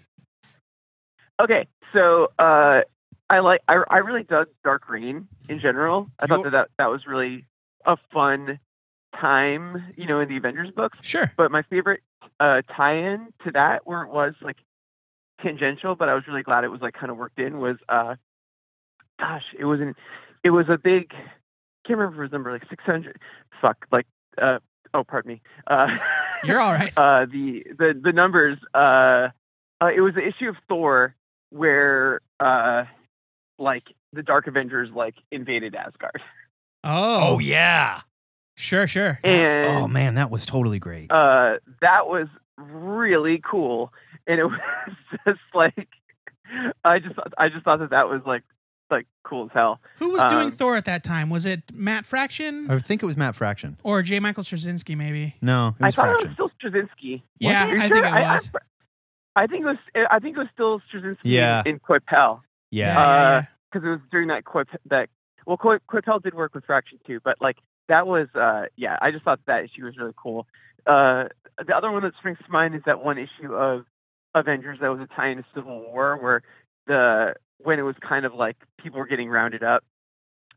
Speaker 9: Okay, so uh, I like I, I really dug Dark Green in general. I thought
Speaker 4: You-
Speaker 9: that, that that was really a fun time, you know, in the Avengers books.
Speaker 5: Sure.
Speaker 9: But my favorite uh, tie-in to that, where it was like tangential, but I was really glad it was like kind of worked in, was uh, gosh, it wasn't. It was a big. Can't remember his number, like six hundred. Fuck, like uh, oh, pardon me. Uh,
Speaker 5: You're all right.
Speaker 9: uh, the the the numbers. Uh, uh, it was the issue of Thor where uh, like the Dark Avengers like invaded Asgard,
Speaker 5: Oh,
Speaker 4: Oh yeah.
Speaker 5: sure, sure.
Speaker 9: and
Speaker 4: Oh man, that was totally great.
Speaker 9: uh, that was really cool. And it was just like I just I just thought that that was like like cool as hell.
Speaker 5: Who was doing
Speaker 9: um,
Speaker 5: Thor at that time? Was it Matt Fraction
Speaker 4: I think it was Matt Fraction.
Speaker 5: or J. Michael Straczynski? Maybe.
Speaker 4: No, it
Speaker 9: I
Speaker 4: was
Speaker 9: thought
Speaker 4: Fraction.
Speaker 9: it was still Straczynski.
Speaker 5: yeah,
Speaker 9: Are you
Speaker 5: I
Speaker 9: sure?
Speaker 5: think it was.
Speaker 9: Um, I, I think it was. I think it was still Straczynski
Speaker 4: Yeah.
Speaker 9: in Coipel.
Speaker 4: yeah.
Speaker 9: Uh, because it was during that Quip that well Qu- Quipel did work with Fraction too, but like that was uh yeah, I just thought that issue was really cool. Uh the other one that springs to mind is that one issue of Avengers that was a tie into Civil War where the when it was kind of like people were getting rounded up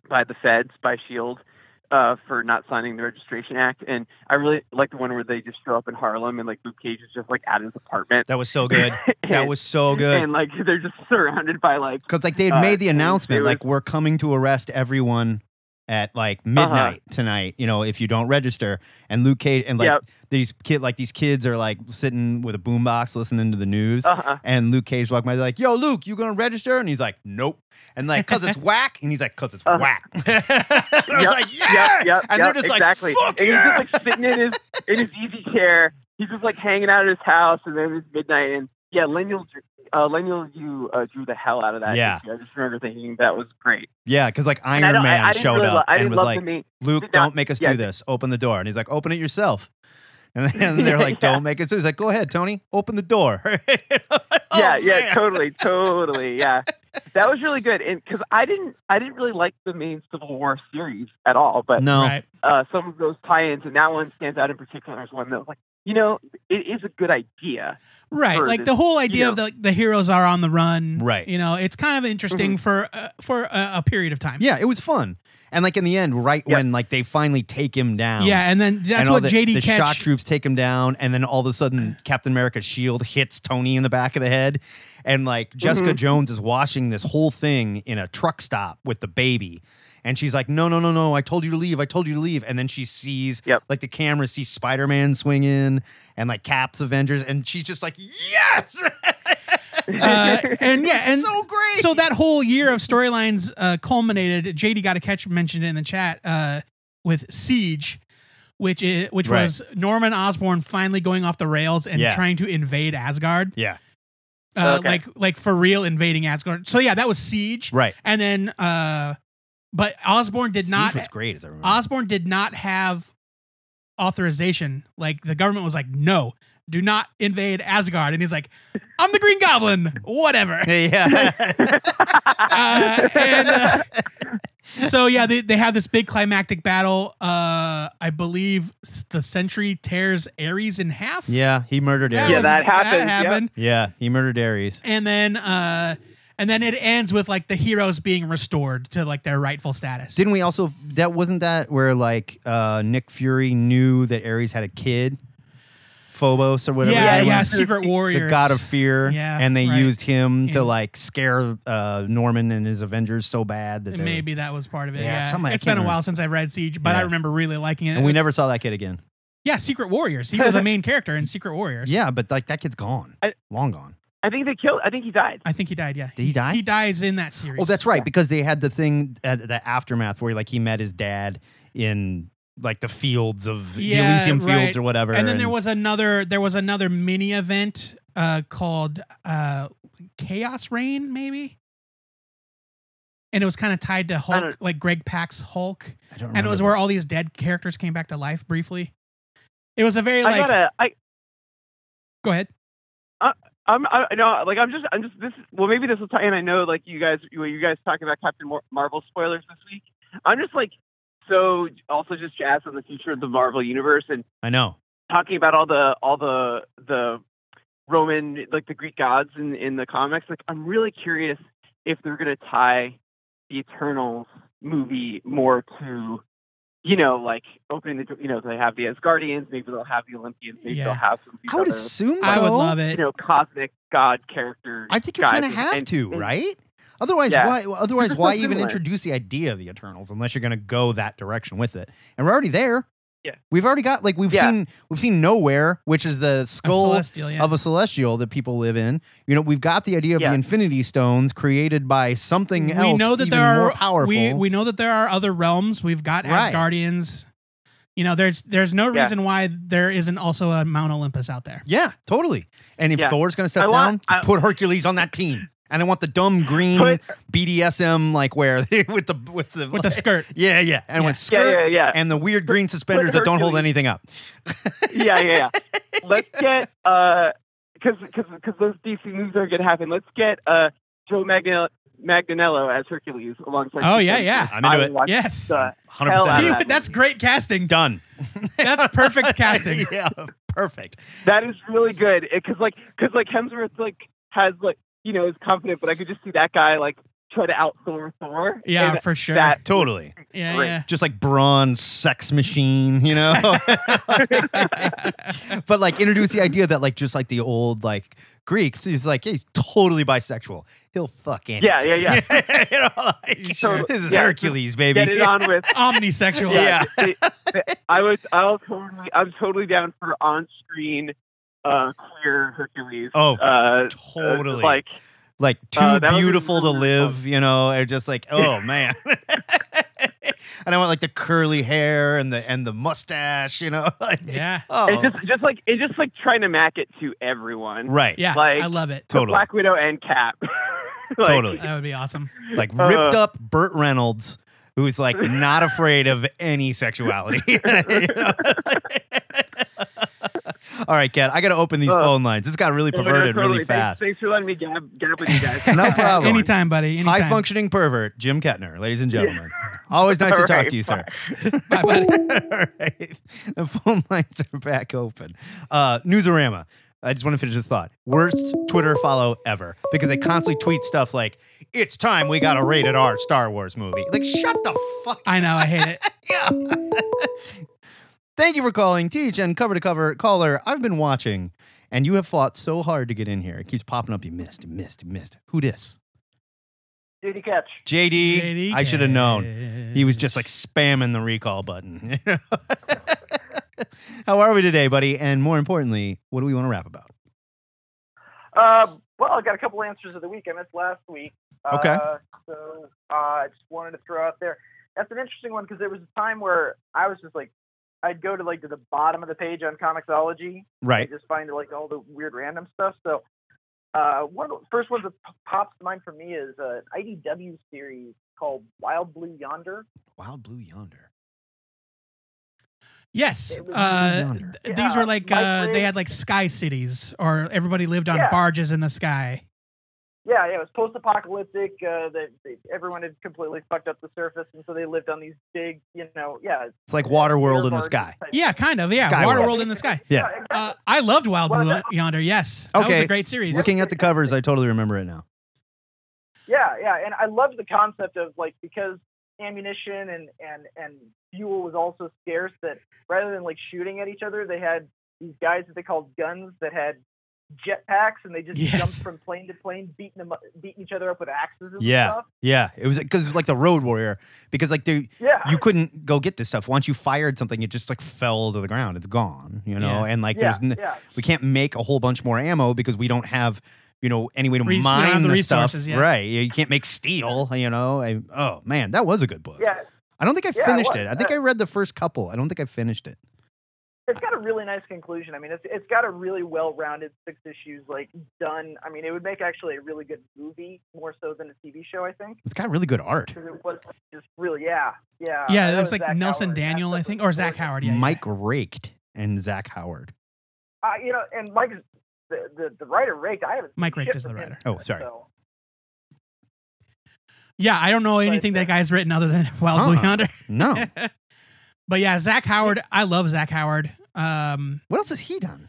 Speaker 9: by the feds, by Shield, E uh, for not signing the registration act. And I really like the one where they just show up in Harlem and like Luke Cage is just like at his apartment.
Speaker 4: That was so good. That
Speaker 9: And-
Speaker 4: was so good.
Speaker 9: and like they're just surrounded by like
Speaker 4: Because like they had
Speaker 9: uh,
Speaker 4: made the
Speaker 9: and
Speaker 4: announcement,
Speaker 9: they were- Uh-huh.
Speaker 4: like we're coming to arrest everyone at like midnight tonight. You know, if you don't register, and Luke Cage and like
Speaker 9: Yep.
Speaker 4: these kid, like these kids are like sitting with a boombox listening to the news,
Speaker 9: uh
Speaker 4: and Luke Cage walked by, they're like, "Yo, Luke, you gonna register?" And he's like, "Nope." And like, "Cause it's whack," and he's like, "Cause it's
Speaker 9: Uh-huh.
Speaker 4: whack." and I was
Speaker 9: Yep,
Speaker 4: like, "Yeah,"
Speaker 9: Yep, yep, yep,
Speaker 4: and they're just
Speaker 9: exactly.
Speaker 4: like, "Fuck
Speaker 9: and
Speaker 4: yeah!"
Speaker 9: He's just like sitting in his in his easy chair. He's just like hanging out at his house, and then it's midnight. And yeah, Lemuel, drew- uh, Lemuel, you uh, drew the hell out of that.
Speaker 4: Yeah.
Speaker 9: issue. I just remember thinking that was great.
Speaker 4: yeah, because like
Speaker 9: And I
Speaker 4: Iron
Speaker 9: don't- I-
Speaker 4: Man
Speaker 9: I didn't
Speaker 4: showed
Speaker 9: really lo-
Speaker 4: up
Speaker 9: I
Speaker 4: and
Speaker 9: didn't
Speaker 4: was
Speaker 9: love
Speaker 4: like,
Speaker 9: the main-
Speaker 4: Luke,
Speaker 9: Did not-
Speaker 4: don't make us
Speaker 9: yeah,
Speaker 4: do
Speaker 9: did-
Speaker 4: this. Open the door. And he's like, open it yourself. And then they're like,
Speaker 9: Yeah.
Speaker 4: don't make it. So he's like, go ahead, Tony, open the door. Oh,
Speaker 9: yeah, yeah,
Speaker 4: man.
Speaker 9: totally, totally, yeah. That was really good, and because I didn't, I didn't really like the main Civil War series at all, but
Speaker 4: No.
Speaker 5: Right.
Speaker 9: uh, some of those tie-ins, and that one stands out in particular as one that was like, you know, it is a good idea.
Speaker 5: Right.
Speaker 9: for
Speaker 5: Like
Speaker 9: this,
Speaker 5: the whole idea
Speaker 9: know.
Speaker 5: of the the heroes are on the run.
Speaker 4: Right.
Speaker 5: You know, it's kind of interesting
Speaker 9: Mm-hmm.
Speaker 5: for uh, for a, a period of time.
Speaker 4: Yeah, it was fun. And like in the end, right
Speaker 9: Yeah.
Speaker 4: when like they finally take him down.
Speaker 5: Yeah, and then that's
Speaker 4: and all
Speaker 5: what
Speaker 4: the,
Speaker 5: JD
Speaker 4: the
Speaker 5: Catch.
Speaker 4: shock troops take him down, and then all of a sudden, Captain America's shield hits Tony in the back of the head, and like Jessica Jones is watching this whole thing in a truck stop with the baby, and she's like, "No, no, no, no! I told you to leave! I told you to leave!" And then she sees,
Speaker 9: Yep.
Speaker 4: like the camera sees Spider Man swing in, and like Cap's Avengers, and she's just like, "Yes!"
Speaker 5: uh, and yeah, and
Speaker 4: so great.
Speaker 5: so that whole year of storylines uh, culminated. JD got a catch mentioned it in the chat uh, with Siege, which is which
Speaker 4: Right.
Speaker 5: was Norman Osborn finally going off the rails and
Speaker 4: Yeah.
Speaker 5: trying to invade Asgard.
Speaker 4: yeah,
Speaker 5: Uh,
Speaker 9: Okay.
Speaker 5: Like like for real invading Asgard. So yeah, that was Siege,
Speaker 4: right.
Speaker 5: and then uh, but Osborn did
Speaker 4: Siege
Speaker 5: not.
Speaker 4: was great as I remember.
Speaker 5: Osborn did not have authorization. Like the government was like, no, do not invade Asgard, and he's like, I'm the Green Goblin, whatever.
Speaker 4: yeah,
Speaker 5: Uh, and uh, so yeah, they, they have this big climactic battle. Uh, I believe s- the Sentry tears Ares in half.
Speaker 4: yeah. He murdered Ares.
Speaker 9: Yeah, that happened,
Speaker 5: That
Speaker 9: yep.
Speaker 5: happened.
Speaker 4: yeah, he murdered Ares.
Speaker 5: And then uh, and then it ends with like the heroes being restored to like their rightful status.
Speaker 4: Didn't we also that wasn't that where like uh Nick Fury knew that Ares had a kid? Phobos or whatever.
Speaker 5: yeah, yeah,
Speaker 4: that was?
Speaker 5: Secret Warriors,
Speaker 4: The god of fear.
Speaker 5: Yeah,
Speaker 4: and they
Speaker 5: right.
Speaker 4: used him
Speaker 5: Yeah.
Speaker 4: to like scare uh Norman and his Avengers so bad that they were-
Speaker 5: Maybe that was part of it.
Speaker 4: Yeah,
Speaker 5: Yeah,
Speaker 4: something I
Speaker 5: it's
Speaker 4: can't
Speaker 5: been a while
Speaker 4: remember.
Speaker 5: since I've read Siege, but I
Speaker 4: Yeah.
Speaker 5: remember really liking it.
Speaker 4: and we never saw that kid again.
Speaker 5: yeah, Secret Warriors. He was a main character in Secret Warriors.
Speaker 4: Yeah, but like that kid's gone.
Speaker 9: I-
Speaker 4: Long gone.
Speaker 9: I think they killed. I think he died.
Speaker 5: I think he died. Yeah,
Speaker 4: Did he die?
Speaker 5: He dies in that series.
Speaker 4: Oh, that's right, because they had the thing uh, the aftermath where like he met his dad in like the fields of
Speaker 5: Yeah,
Speaker 4: the Elysium
Speaker 5: right.
Speaker 4: fields or whatever.
Speaker 5: And then there was another there was another mini event uh called uh Chaos Reign maybe. And it was kind of tied to Hulk,
Speaker 9: don't-
Speaker 5: like Greg Pak's Hulk,
Speaker 4: I don't
Speaker 5: and it
Speaker 4: remember
Speaker 5: was where
Speaker 4: this.
Speaker 5: all these dead characters came back to life briefly. It was a very
Speaker 9: I
Speaker 5: like
Speaker 9: gotta. I
Speaker 5: go ahead.
Speaker 9: I'm I no like I'm just I'm just this well maybe this will tie in I know like you guys you, you guys talking about Captain Mar- Marvel spoilers this week I'm just like so also just jazzed on the future of the Marvel universe and
Speaker 4: I know.
Speaker 9: talking about all the all the the Roman the like the Greek gods in in the comics. Like I'm really curious if they're gonna tie the Eternals movie more to you know like opening the door- you know they have the Asgardians, maybe they'll have the Olympians, maybe
Speaker 5: Yeah.
Speaker 9: they'll have some. of these
Speaker 4: I would
Speaker 9: other,
Speaker 4: assume so.
Speaker 5: I would love it.
Speaker 9: you know cosmic god characters.
Speaker 4: I think you
Speaker 9: guys
Speaker 4: kind of
Speaker 9: and-
Speaker 4: have
Speaker 9: and-
Speaker 4: to,
Speaker 9: and-
Speaker 4: right? Otherwise,
Speaker 9: Yeah.
Speaker 4: why? Otherwise,
Speaker 9: They're so
Speaker 4: why even
Speaker 9: similar.
Speaker 4: introduce the idea of the Eternals unless you're going to go that direction with it? And we're already there.
Speaker 9: Yeah.
Speaker 4: we've already got like we've
Speaker 9: Yeah.
Speaker 4: seen we've seen nowhere, which is the
Speaker 5: A
Speaker 4: skull
Speaker 5: Celestial, yeah.
Speaker 4: of a celestial that people live in. You know, we've got the idea of
Speaker 9: Yeah.
Speaker 4: the Infinity Stones created by something else.
Speaker 5: we know that
Speaker 4: even
Speaker 5: there are
Speaker 4: more powerful.
Speaker 5: We we know that there are other realms. We've got
Speaker 4: Right.
Speaker 5: Asgardians. You know, there's there's no
Speaker 9: Yeah.
Speaker 5: reason why there isn't also a Mount Olympus out there.
Speaker 4: yeah, totally. And if
Speaker 9: Yeah.
Speaker 4: Thor's going to step
Speaker 9: I
Speaker 4: down,
Speaker 9: want- I-
Speaker 4: put Hercules on that team. And I want the dumb green
Speaker 9: Put-
Speaker 4: BDSM like wear with the with the
Speaker 5: With the
Speaker 4: like-
Speaker 5: skirt.
Speaker 4: Yeah, yeah. And
Speaker 5: Yeah.
Speaker 4: with skirt
Speaker 9: Yeah, yeah, yeah.
Speaker 4: and the weird green suspenders that don't hold
Speaker 9: Hercules.
Speaker 4: anything up.
Speaker 9: yeah, yeah, yeah. Let's get uh, because because those DC movies are gonna happen. Let's get uh Joe Magna- Magdanello as Hercules alongside.
Speaker 5: Oh,
Speaker 9: Keith
Speaker 5: yeah,
Speaker 9: David.
Speaker 5: yeah.
Speaker 4: I'm into
Speaker 9: I would
Speaker 4: it.
Speaker 9: watch
Speaker 5: Yes.
Speaker 9: the-
Speaker 4: 100%
Speaker 9: Hell out of
Speaker 4: Yeah.
Speaker 9: that.
Speaker 5: That's great casting.
Speaker 4: done.
Speaker 5: That's perfect casting.
Speaker 4: yeah, perfect.
Speaker 9: that is really good because like because like Hemsworth like has like you know is confident, but I could just see that guy like try to out Thor Thor.
Speaker 5: Yeah,
Speaker 9: And
Speaker 5: for sure.
Speaker 9: that-
Speaker 4: Totally.
Speaker 5: yeah,
Speaker 9: great.
Speaker 5: yeah.
Speaker 4: Just like bronze sex machine, you know? but like introduce the idea that like just like the old like Greeks, he's like, yeah, he's totally bisexual. He'll fucking
Speaker 9: Yeah, yeah, yeah.
Speaker 4: you know, like,
Speaker 9: Totally.
Speaker 4: this is
Speaker 9: Yeah.
Speaker 4: Hercules, baby.
Speaker 9: Get it on with.
Speaker 5: Omnisexual.
Speaker 4: Yeah.
Speaker 9: they- they- I was. I'll totally. I'm totally down for on-screen uh, queer Hercules.
Speaker 4: Oh,
Speaker 9: uh,
Speaker 4: totally.
Speaker 9: like
Speaker 4: like
Speaker 9: Uh,
Speaker 4: too
Speaker 9: that would've been
Speaker 4: beautiful to
Speaker 9: really
Speaker 4: live, you know, or just like, oh man. and I want like the curly hair and the and the mustache, you know. like,
Speaker 5: Yeah.
Speaker 4: Oh.
Speaker 9: It's just just like it's just like trying to mac it to everyone.
Speaker 4: right.
Speaker 5: Yeah.
Speaker 9: Like-
Speaker 5: I love it.
Speaker 9: To
Speaker 4: Totally.
Speaker 9: Black Widow and Cap. Like,
Speaker 4: Totally.
Speaker 5: That would be awesome.
Speaker 4: Like ripped
Speaker 9: Uh.
Speaker 4: up Burt Reynolds, who's like not afraid of any sexuality. You know? All right, Kat, I gotta open these
Speaker 9: Uh.
Speaker 4: phone lines. It's got really
Speaker 9: Oh my God,
Speaker 4: perverted really
Speaker 9: totally. Thanks-
Speaker 4: fast.
Speaker 9: Thanks, for letting me gab, gab with you guys.
Speaker 4: No problem.
Speaker 5: Anytime, buddy. Anytime.
Speaker 4: High functioning pervert, Jim Kettner, ladies and gentlemen. Always nice to
Speaker 9: All
Speaker 4: talk
Speaker 9: right,
Speaker 4: to you, sir.
Speaker 5: Bye, buddy.
Speaker 4: All right. The phone lines are back open. Uh, Newsarama. I just want to finish this thought. Worst Twitter follow ever because they constantly tweet stuff like, it's time we got a rated R Star Wars movie. Like, shut the fuck
Speaker 5: I know. I hate it.
Speaker 4: Thank you for calling, Teach, and cover to cover, caller. I've been watching, and you have fought so hard to get in here. It keeps popping up. You missed, you missed, you missed. Who dis?
Speaker 9: Did you catch?
Speaker 4: JD.
Speaker 5: JD
Speaker 4: I should have known.
Speaker 5: Cage.
Speaker 4: He was just like spamming the recall button. How are we today, buddy? And more importantly, what do we want to rap about?
Speaker 10: Uh, well, I got a couple answers of the week. I missed last week.
Speaker 4: Okay.
Speaker 10: Uh, so uh, I just wanted to throw out there. That's an interesting one because there was a time where I was just like, I'd go to like to the bottom of the page on Comixology
Speaker 4: Right.
Speaker 10: and just find like all the weird random stuff. So uh, one of the first ones that p- pops to mind for me is uh, an IDW series called Wild Blue Yonder.
Speaker 4: Wild Blue Yonder.
Speaker 5: Yes.
Speaker 10: It was
Speaker 5: Uh,
Speaker 4: Yonder.
Speaker 5: th-
Speaker 10: Yeah,
Speaker 5: these were like
Speaker 10: my
Speaker 5: uh, they
Speaker 10: friend-
Speaker 5: had like sky cities, or everybody lived on
Speaker 10: Yeah.
Speaker 5: barges in the sky.
Speaker 10: Yeah, yeah, it was post-apocalyptic. Uh, that that everyone had completely fucked up the surface, and so they lived on these big, you know, yeah.
Speaker 4: It's like Waterworld in the
Speaker 10: air
Speaker 4: sky.
Speaker 10: barges
Speaker 5: Yeah, kind of. Yeah,
Speaker 4: Sky
Speaker 5: Waterworld
Speaker 4: World.
Speaker 5: in the sky.
Speaker 4: Yeah.
Speaker 10: type-
Speaker 5: Uh, I loved Wild
Speaker 10: Well,
Speaker 5: Blue
Speaker 10: no.
Speaker 5: Yonder. Yes, that was
Speaker 4: Okay.
Speaker 5: a great series.
Speaker 4: Looking at the covers, I totally remember it now.
Speaker 10: Yeah, yeah, and I love the concept of like because ammunition and and and fuel was also scarce that rather than like shooting at each other, they had these guys that they called guns that had jetpacks and they just
Speaker 5: Yes.
Speaker 10: jumped from plane to plane, beating them, up- beating each other up with axes and
Speaker 4: Yeah.
Speaker 10: stuff.
Speaker 4: Yeah, it was because it was like the Road Warrior. Because like the
Speaker 10: Yeah,
Speaker 4: you couldn't go get this stuff. Once you fired something, it just like fell to the ground. It's gone, you know. And like,
Speaker 10: yeah,
Speaker 4: there's n-
Speaker 10: yeah.
Speaker 4: we can't make a whole bunch more ammo because we don't have, you know, any way to
Speaker 5: We just- we don't have
Speaker 4: mine
Speaker 5: the
Speaker 4: the stuff.
Speaker 5: resources, yeah.
Speaker 4: Right? You can't make steel, you know. I, oh man, that was a good book.
Speaker 10: yeah.
Speaker 4: I don't think I
Speaker 10: Yeah, it
Speaker 4: finished
Speaker 10: was.
Speaker 4: it. I think
Speaker 10: Uh,
Speaker 4: I read the first couple. I don't think I finished it.
Speaker 10: it's got a really nice conclusion. I mean, it's it's got a really well-rounded six issues like done. I mean, it would make actually a really good movie more so than a TV show, I think,
Speaker 4: It's got really good art.
Speaker 10: because it was just really yeah, yeah.
Speaker 5: yeah,
Speaker 10: I
Speaker 5: it
Speaker 10: know
Speaker 5: was like
Speaker 10: Zach
Speaker 5: Nelson
Speaker 10: Howard, Uh, that
Speaker 5: Daniel,
Speaker 10: stuff
Speaker 5: I
Speaker 10: was
Speaker 5: think, or Zach
Speaker 10: gorgeous.
Speaker 5: Howard. Yeah, yeah.
Speaker 4: Mike Raked and Zach Howard.
Speaker 10: Uh, you know, and Mike, is- the, the, the writer raked. I haven't. seen
Speaker 5: Mike Raked
Speaker 10: shit
Speaker 5: is the
Speaker 10: from him
Speaker 5: writer.
Speaker 4: Oh,
Speaker 10: since,
Speaker 4: sorry.
Speaker 10: so.
Speaker 5: Yeah, I don't know anything
Speaker 10: uh,
Speaker 5: that guy's written other than Wild Blue
Speaker 4: Uh-uh.
Speaker 5: Yonder.
Speaker 4: No,
Speaker 5: but yeah, Zach Howard. I love Zach Howard. Um,
Speaker 4: what else has he done?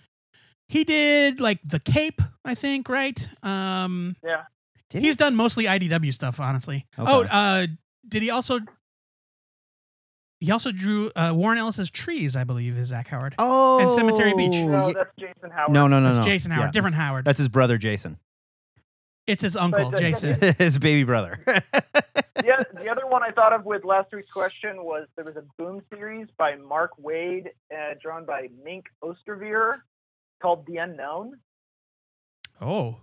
Speaker 5: He did like The Cape, I think, right? Um,
Speaker 4: Did
Speaker 5: he's done mostly IDW stuff, honestly.
Speaker 4: Okay.
Speaker 5: Oh, uh, did he also? He also drew uh, Warren Ellis's trees, I believe, is Zach Howard.
Speaker 4: Oh,
Speaker 5: and Cemetery Beach.
Speaker 10: No,
Speaker 4: yeah.
Speaker 10: that's Jason Howard.
Speaker 4: No, no, no,
Speaker 5: That's
Speaker 4: no.
Speaker 5: Jason Howard,
Speaker 4: Yeah,
Speaker 5: different
Speaker 4: that's-
Speaker 5: Howard.
Speaker 4: That's his brother, Jason.
Speaker 5: it's his uncle,
Speaker 10: But-
Speaker 5: Jason.
Speaker 4: his baby brother.
Speaker 10: The other, the other one I thought of with last week's question was there was a Boom series by Mark Wade, uh, drawn by Mink Osterveer, called The Unknown.
Speaker 5: oh,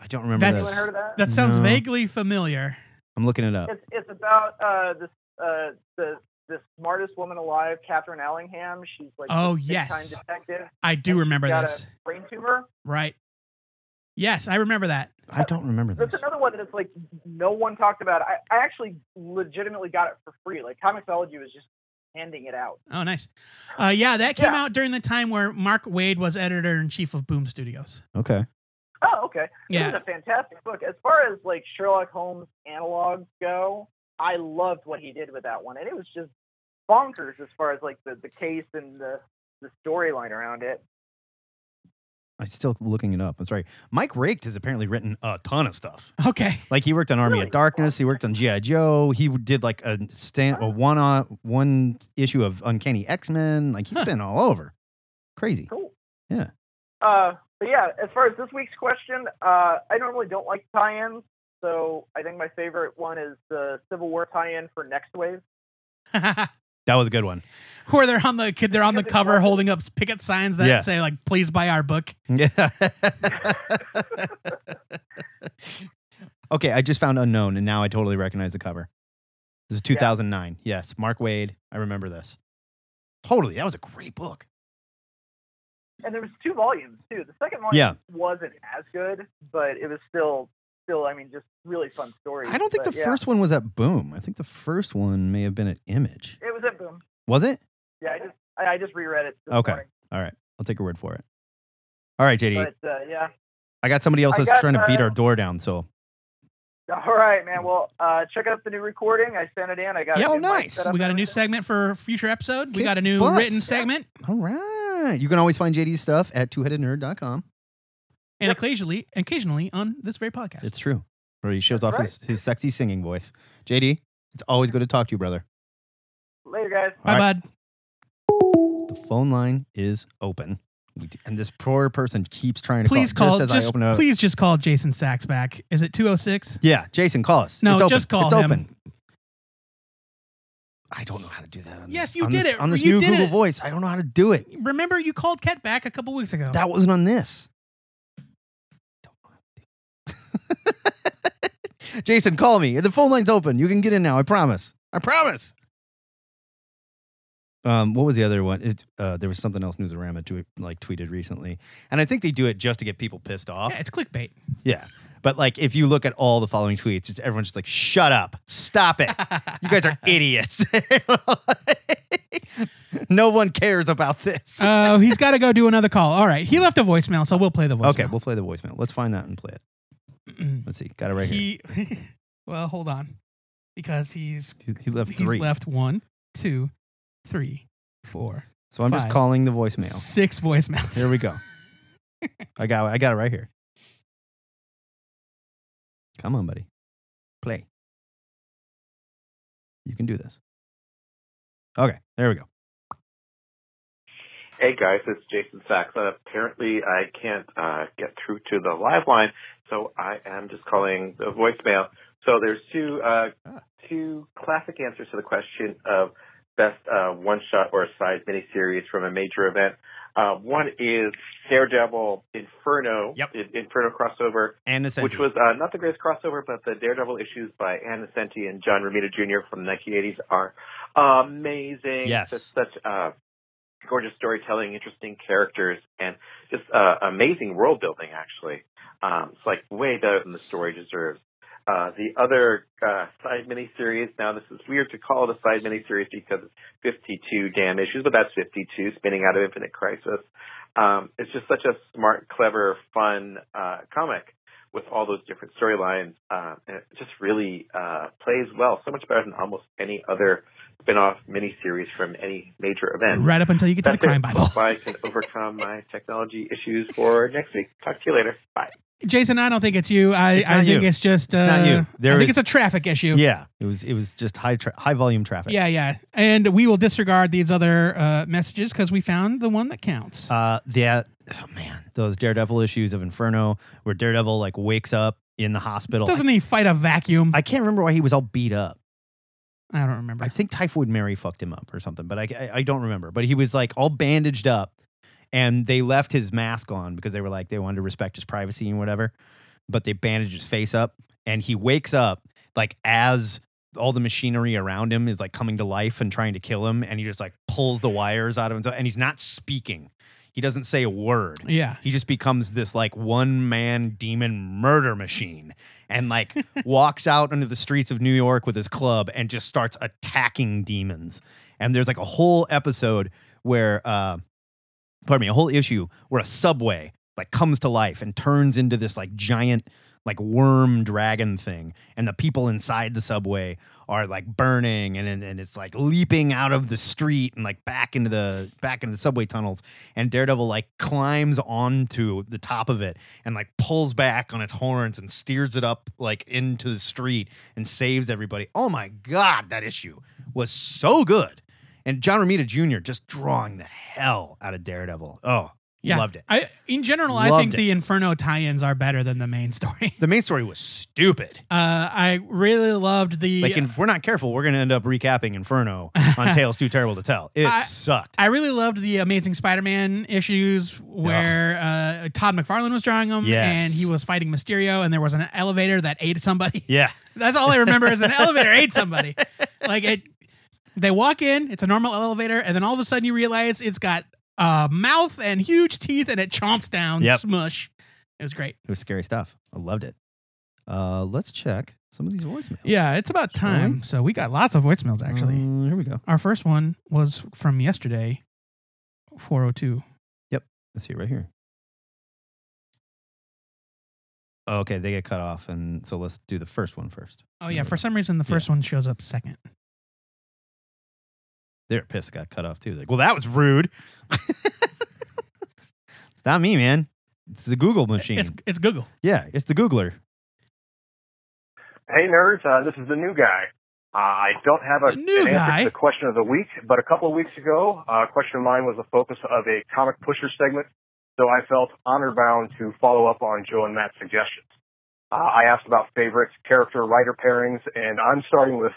Speaker 4: I don't remember
Speaker 5: That's-
Speaker 10: Anyone
Speaker 4: this.
Speaker 10: heard of that?
Speaker 5: that sounds
Speaker 4: No.
Speaker 5: vaguely familiar.
Speaker 4: I'm looking it up.
Speaker 10: It's it's about uh, this uh, the the smartest woman alive, Catherine Allingham. She's like
Speaker 5: Oh,
Speaker 10: this
Speaker 5: yes.
Speaker 10: big-time detective,
Speaker 5: I do
Speaker 10: And
Speaker 5: remember
Speaker 10: got a-
Speaker 5: this.
Speaker 10: brain tumor.
Speaker 5: Right. Yes, I remember that.
Speaker 4: I don't remember
Speaker 10: That's
Speaker 4: this.
Speaker 10: another one that it's like no one talked about. I, I actually legitimately got it for free. Like Comixology was just handing it out.
Speaker 5: Oh, nice. Uh, yeah, that came
Speaker 10: Yeah.
Speaker 5: out during the time where Mark Wade was editor in chief of Boom Studios.
Speaker 4: Okay.
Speaker 10: Oh, okay. It was
Speaker 5: Yeah.
Speaker 10: a fantastic book. As far as like Sherlock Holmes analogs go, I loved what he did with that one, and it was just bonkers as far as like the, the case and the the storyline around it.
Speaker 4: I'm still looking it up. I'm sorry. Mike Raked has apparently written a ton of stuff.
Speaker 5: Okay.
Speaker 4: Like he worked on Army
Speaker 10: Really?
Speaker 4: of Darkness. He worked on GI Joe. He did like a stand,
Speaker 10: Oh.
Speaker 4: a one on one issue of Uncanny X Men. Like he's
Speaker 5: Huh.
Speaker 4: been all over. Crazy.
Speaker 10: Cool.
Speaker 4: Yeah.
Speaker 10: Uh, but yeah, as far as this week's question, uh, I normally don't like tie-ins, so I think my favorite one is the Civil War tie-in for Next Wave.
Speaker 4: That was a good one.
Speaker 5: Where they're on the kid, they're on the cover holding up picket signs that
Speaker 4: Yeah.
Speaker 5: say like, "Please buy our book."
Speaker 4: Yeah. okay, I just found unknown, and now I totally recognize the cover. This is 2009. Yes, Mark Wade. I remember this. Totally. That was a great book.
Speaker 10: And there was two volumes too. The second volume
Speaker 4: Yeah.
Speaker 10: wasn't as good, but it was still still I mean just really fun story.
Speaker 4: I don't think
Speaker 10: But
Speaker 4: the
Speaker 10: yeah,
Speaker 4: first one was at Boom. I think the first one may have been at Image.
Speaker 10: It was at Boom.
Speaker 4: Was it?
Speaker 10: Yeah, I just I, I just reread it. This
Speaker 4: Okay.
Speaker 10: morning.
Speaker 4: All right. I'll take your word for it. All right, JD.
Speaker 10: But uh, yeah.
Speaker 4: I got somebody else
Speaker 10: I
Speaker 4: that's
Speaker 10: got,
Speaker 4: trying to beat
Speaker 10: uh,
Speaker 4: our door down. So
Speaker 10: All right, man. Well, uh, check out the new recording. I sent it in. I got.
Speaker 5: Yeah,
Speaker 10: a
Speaker 4: oh,
Speaker 10: new mic
Speaker 4: nice.
Speaker 10: set up
Speaker 5: We got a
Speaker 10: and
Speaker 5: new
Speaker 10: everything.
Speaker 5: segment for a future episode. We
Speaker 4: Kick
Speaker 5: got a new
Speaker 4: butts.
Speaker 5: written segment,
Speaker 4: all right. You can always find JD's stuff at twoheadednerd.com.
Speaker 5: and occasionally, occasionally on this very podcast.
Speaker 4: It's true. Where he shows off his, his sexy singing voice. JD, it's always good to talk to you, brother.
Speaker 10: Later, guys.
Speaker 5: Bye,
Speaker 4: All right.
Speaker 5: bud.
Speaker 4: The phone line is open. We d- And this poor person keeps trying to
Speaker 5: Please
Speaker 4: call,
Speaker 5: call.
Speaker 4: just as I
Speaker 5: Just,
Speaker 4: open it up.
Speaker 5: please just call Jason Sachs back. Is it two oh six?
Speaker 4: Yeah, Jason, call us.
Speaker 5: No,
Speaker 4: it's open.
Speaker 5: just call
Speaker 4: it's
Speaker 5: him.
Speaker 4: open. I don't know how to do that on
Speaker 5: Yes,
Speaker 4: this.
Speaker 5: you
Speaker 4: on
Speaker 5: did
Speaker 4: this-
Speaker 5: it.
Speaker 4: On this
Speaker 5: You
Speaker 4: new
Speaker 5: did
Speaker 4: Google
Speaker 5: it.
Speaker 4: Voice. I don't know how to do it.
Speaker 5: Remember, you called Ket back a couple weeks ago.
Speaker 4: That wasn't on this. Jason, call me. The phone line's open. You can get in now. I promise. I promise. Um, what was the other one? It, uh, there was something else Newsarama tw- like tweeted recently, and I think they do it just to get people pissed off.
Speaker 5: yeah, it's clickbait.
Speaker 4: Yeah. But like if you look at all the following tweets, it's everyone's just like, shut up, stop it. You guys are idiots. no one cares about this.
Speaker 5: Oh, he's got to go do another call. All right, he left a voicemail, so we'll play the voicemail.
Speaker 4: okay, we'll play the voicemail. Let's find that and play it. Let's see. Got it right here.
Speaker 5: he, well, hold on, because he's
Speaker 4: He, he left
Speaker 5: he's
Speaker 4: three.
Speaker 5: left one, two, three, four,
Speaker 4: so I'm just
Speaker 5: five.
Speaker 4: calling the voicemail.
Speaker 5: six voicemails.
Speaker 4: Here we go. I got I got it right here. Come on, buddy. Play. You can do this. Okay, there we go.
Speaker 11: Hey guys, it's Jason Sachs. Uh, apparently, I can't uh, get through to the live line, so I am just calling the voicemail. So there's two uh,
Speaker 4: Ah.
Speaker 11: two classic answers to the question of best uh, one shot or side miniseries from a major event. Uh, one is Daredevil Inferno,
Speaker 4: Yep.
Speaker 11: in- Inferno crossover,
Speaker 4: And the
Speaker 11: which was uh, not the greatest crossover, but the Daredevil issues by Ann Nesenti and John Romita Jr. from the 1980s are amazing.
Speaker 4: Yes.
Speaker 11: Just such uh, gorgeous storytelling, interesting characters, and just uh, amazing world building, actually. Um, it's like way better than the story deserves. Uh, the other uh, side miniseries, now this is weird to call it a side miniseries because it's 52 damn issues, but that's 52 spinning out of Infinite Crisis. Um, it's just such a smart, clever, fun uh, comic with all those different storylines. Uh, and it just really uh, plays well, so much better than almost any other spin-off miniseries from any major event.
Speaker 5: Right up until you get to the
Speaker 11: That's it.
Speaker 5: crime Bible.
Speaker 11: Hope I can overcome my technology issues for next week. Talk to you later. Bye.
Speaker 5: Jason, I don't think it's you. I,
Speaker 4: It's
Speaker 5: I
Speaker 4: not
Speaker 5: think
Speaker 4: you.
Speaker 5: it's just. Uh,
Speaker 4: It's not you. There
Speaker 5: I think
Speaker 4: is-
Speaker 5: it's a traffic issue.
Speaker 4: Yeah, it was it was just high tra- high volume traffic.
Speaker 5: Yeah, yeah. And we will disregard these other uh, messages because we found the one that counts.
Speaker 4: Uh, that oh man, those Daredevil issues of Inferno, where Daredevil like wakes up in the hospital.
Speaker 5: Doesn't he fight a vacuum?
Speaker 4: I, I can't remember why he was all beat up.
Speaker 5: I don't remember.
Speaker 4: I think Typhoid Mary fucked him up or something, but I, I, I don't remember. But he was like all bandaged up, and they left his mask on because they were like they wanted to respect his privacy and whatever. But they bandaged his face up, and he wakes up like as all the machinery around him is like coming to life and trying to kill him, and he just like pulls the wires out of himself, and he's not speaking. He doesn't say a word.
Speaker 5: Yeah.
Speaker 4: He just becomes this like one man demon murder machine and like walks out into the streets of New York with his club and just starts attacking demons. And there's like a whole episode where, uh, pardon me, a whole issue where a subway like comes to life and turns into this like giant like worm dragon thing and the people inside the subway are like burning and, and and it's like leaping out of the street and like back into the back into the subway tunnels and daredevil like climbs onto the top of it and like pulls back on its horns and steers it up like into the street and saves everybody oh my god that issue was so good and john romita jr just drawing the hell out of daredevil oh
Speaker 5: Yeah.
Speaker 4: loved it
Speaker 5: I, in general, I
Speaker 4: Loved
Speaker 5: think
Speaker 4: it.
Speaker 5: the Inferno tie-ins are better than the main story.
Speaker 4: the main story was stupid
Speaker 5: Uh, I really loved the.
Speaker 4: Like, if we're not careful, we're going to end up recapping Inferno on Tales Too Terrible to Tell. It
Speaker 5: I-
Speaker 4: sucked.
Speaker 5: I really loved the Amazing Spider-Man issues where uh, Todd McFarlane was drawing them,
Speaker 4: Yes.
Speaker 5: and he was fighting Mysterio, and there was an elevator that ate somebody.
Speaker 4: Yeah.
Speaker 5: That's all I remember is an elevator ate somebody. Like it, they walk in. It's a normal elevator, and then all of a sudden you realize it's got a mouth and huge teeth, and it chomps down.
Speaker 4: Yep.
Speaker 5: Smush. It was great.
Speaker 4: It was scary stuff. I loved it. Uh, let's check some of these voicemails.
Speaker 5: Yeah, it's about time. So we got lots of voicemails actually.
Speaker 4: Uh, here we go.
Speaker 5: Our first one was from yesterday, 402.
Speaker 4: Let's see it right here. Oh, Okay, they get cut off. And so let's do the first one first.
Speaker 5: Oh, yeah. For some reason, the first one shows up second.
Speaker 4: Their piss got cut off too. Like, well, that was rude. it's not me, man. It's the Google machine.
Speaker 5: It's, it's Google.
Speaker 4: yeah, it's the Googler.
Speaker 12: Hey nerds, uh, this is the new guy. Uh, I don't have a
Speaker 5: The new
Speaker 12: an answer
Speaker 5: guy?
Speaker 12: to the question of the week, but a couple of weeks ago, uh, a question of mine was the focus of a comic pusher segment, so I felt honor bound to follow up on Joe and Matt's suggestions. Uh, I asked about favorite character writer pairings, and I'm starting with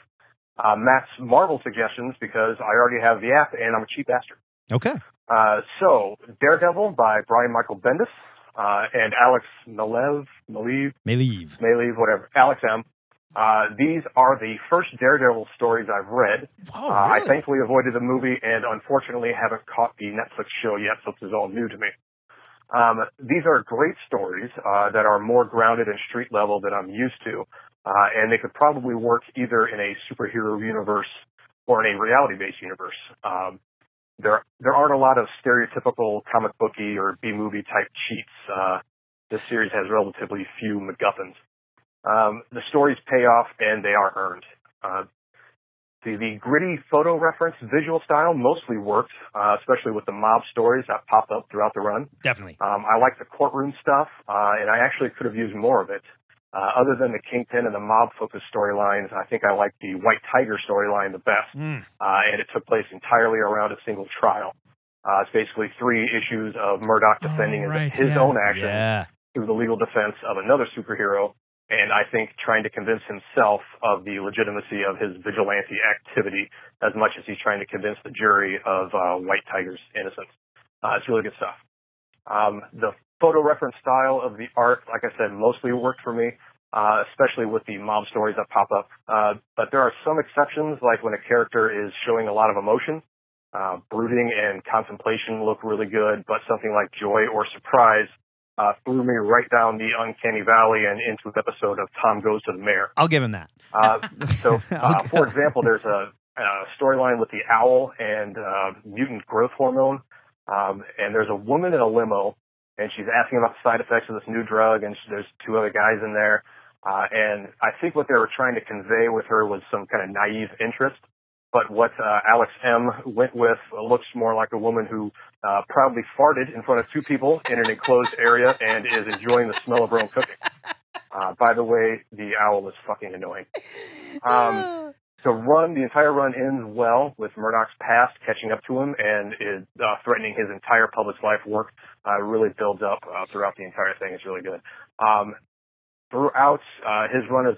Speaker 12: uh, Matt's Marvel suggestions because I already have the app and I'm a cheap bastard.
Speaker 4: Okay.
Speaker 12: Uh, so, Daredevil by Brian Michael Bendis uh, and Alex Malev, Malev,
Speaker 4: May leave.
Speaker 12: may leave, whatever. Alex M. Uh, these are the first Daredevil stories I've read.
Speaker 4: Whoa,
Speaker 12: uh, I thankfully avoided the movie and unfortunately haven't caught the Netflix show yet, so this is all new to me. Um, these are great stories uh, that are more grounded and street level than I'm used to, uh, and they could probably work either in a superhero universe or in a reality-based universe. Um, there, there aren't a lot of stereotypical comic booky or B-movie type cheats. Uh, this series has relatively few MacGuffins um, the stories pay off and they are earned. Uh, the, the gritty photo reference visual style mostly worked, uh, especially with the mob stories that popped up throughout the run.
Speaker 4: Definitely.
Speaker 12: Um, I like the courtroom stuff, uh, and I actually could have used more of it. Uh, other than the Kingpin and the mob focused storylines, I think I like the White Tiger storyline the best,
Speaker 4: Mm.
Speaker 12: uh, and it took place entirely around a single trial. Uh, it's basically three issues of Murdoch
Speaker 5: Oh,
Speaker 12: defending his-
Speaker 5: right,
Speaker 12: his
Speaker 5: yeah.
Speaker 12: own actions
Speaker 4: Yeah.
Speaker 12: through the legal defense of another superhero, and I think trying to convince himself of the legitimacy of his vigilante activity as much as he's trying to convince the jury of uh, White Tiger's innocence. Uh, it's really good stuff. Um, the photo reference style of the art, like I said, mostly worked for me, uh, especially with the mob stories that pop up. Uh, but there are some exceptions, like when a character is showing a lot of emotion. Uh, brooding and contemplation look really good, but something like joy or surprise uh, threw me right down the uncanny valley and into an episode of Tom Goes to the Mayor.
Speaker 4: I'll give him that.
Speaker 12: Uh, so, uh,
Speaker 4: Okay.
Speaker 12: for example, there's a, a storyline with the owl and uh, mutant growth hormone, um, and there's a woman in a limo and she's asking about the side effects of this new drug, and sh- there's two other guys in there. Uh, and I think what they were trying to convey with her was some kind of naive interest. But what uh, Alex M went with looks more like a woman who uh, proudly farted in front of two people in an enclosed area and is enjoying the smell of her own cooking. Uh, by the way, the owl is fucking annoying. Um, the run, the entire run ends well with Murdoch's past catching up to him and is uh, threatening his entire public life work. Uh, really builds up uh, throughout the entire thing. It's really good. Um, throughout uh, his run is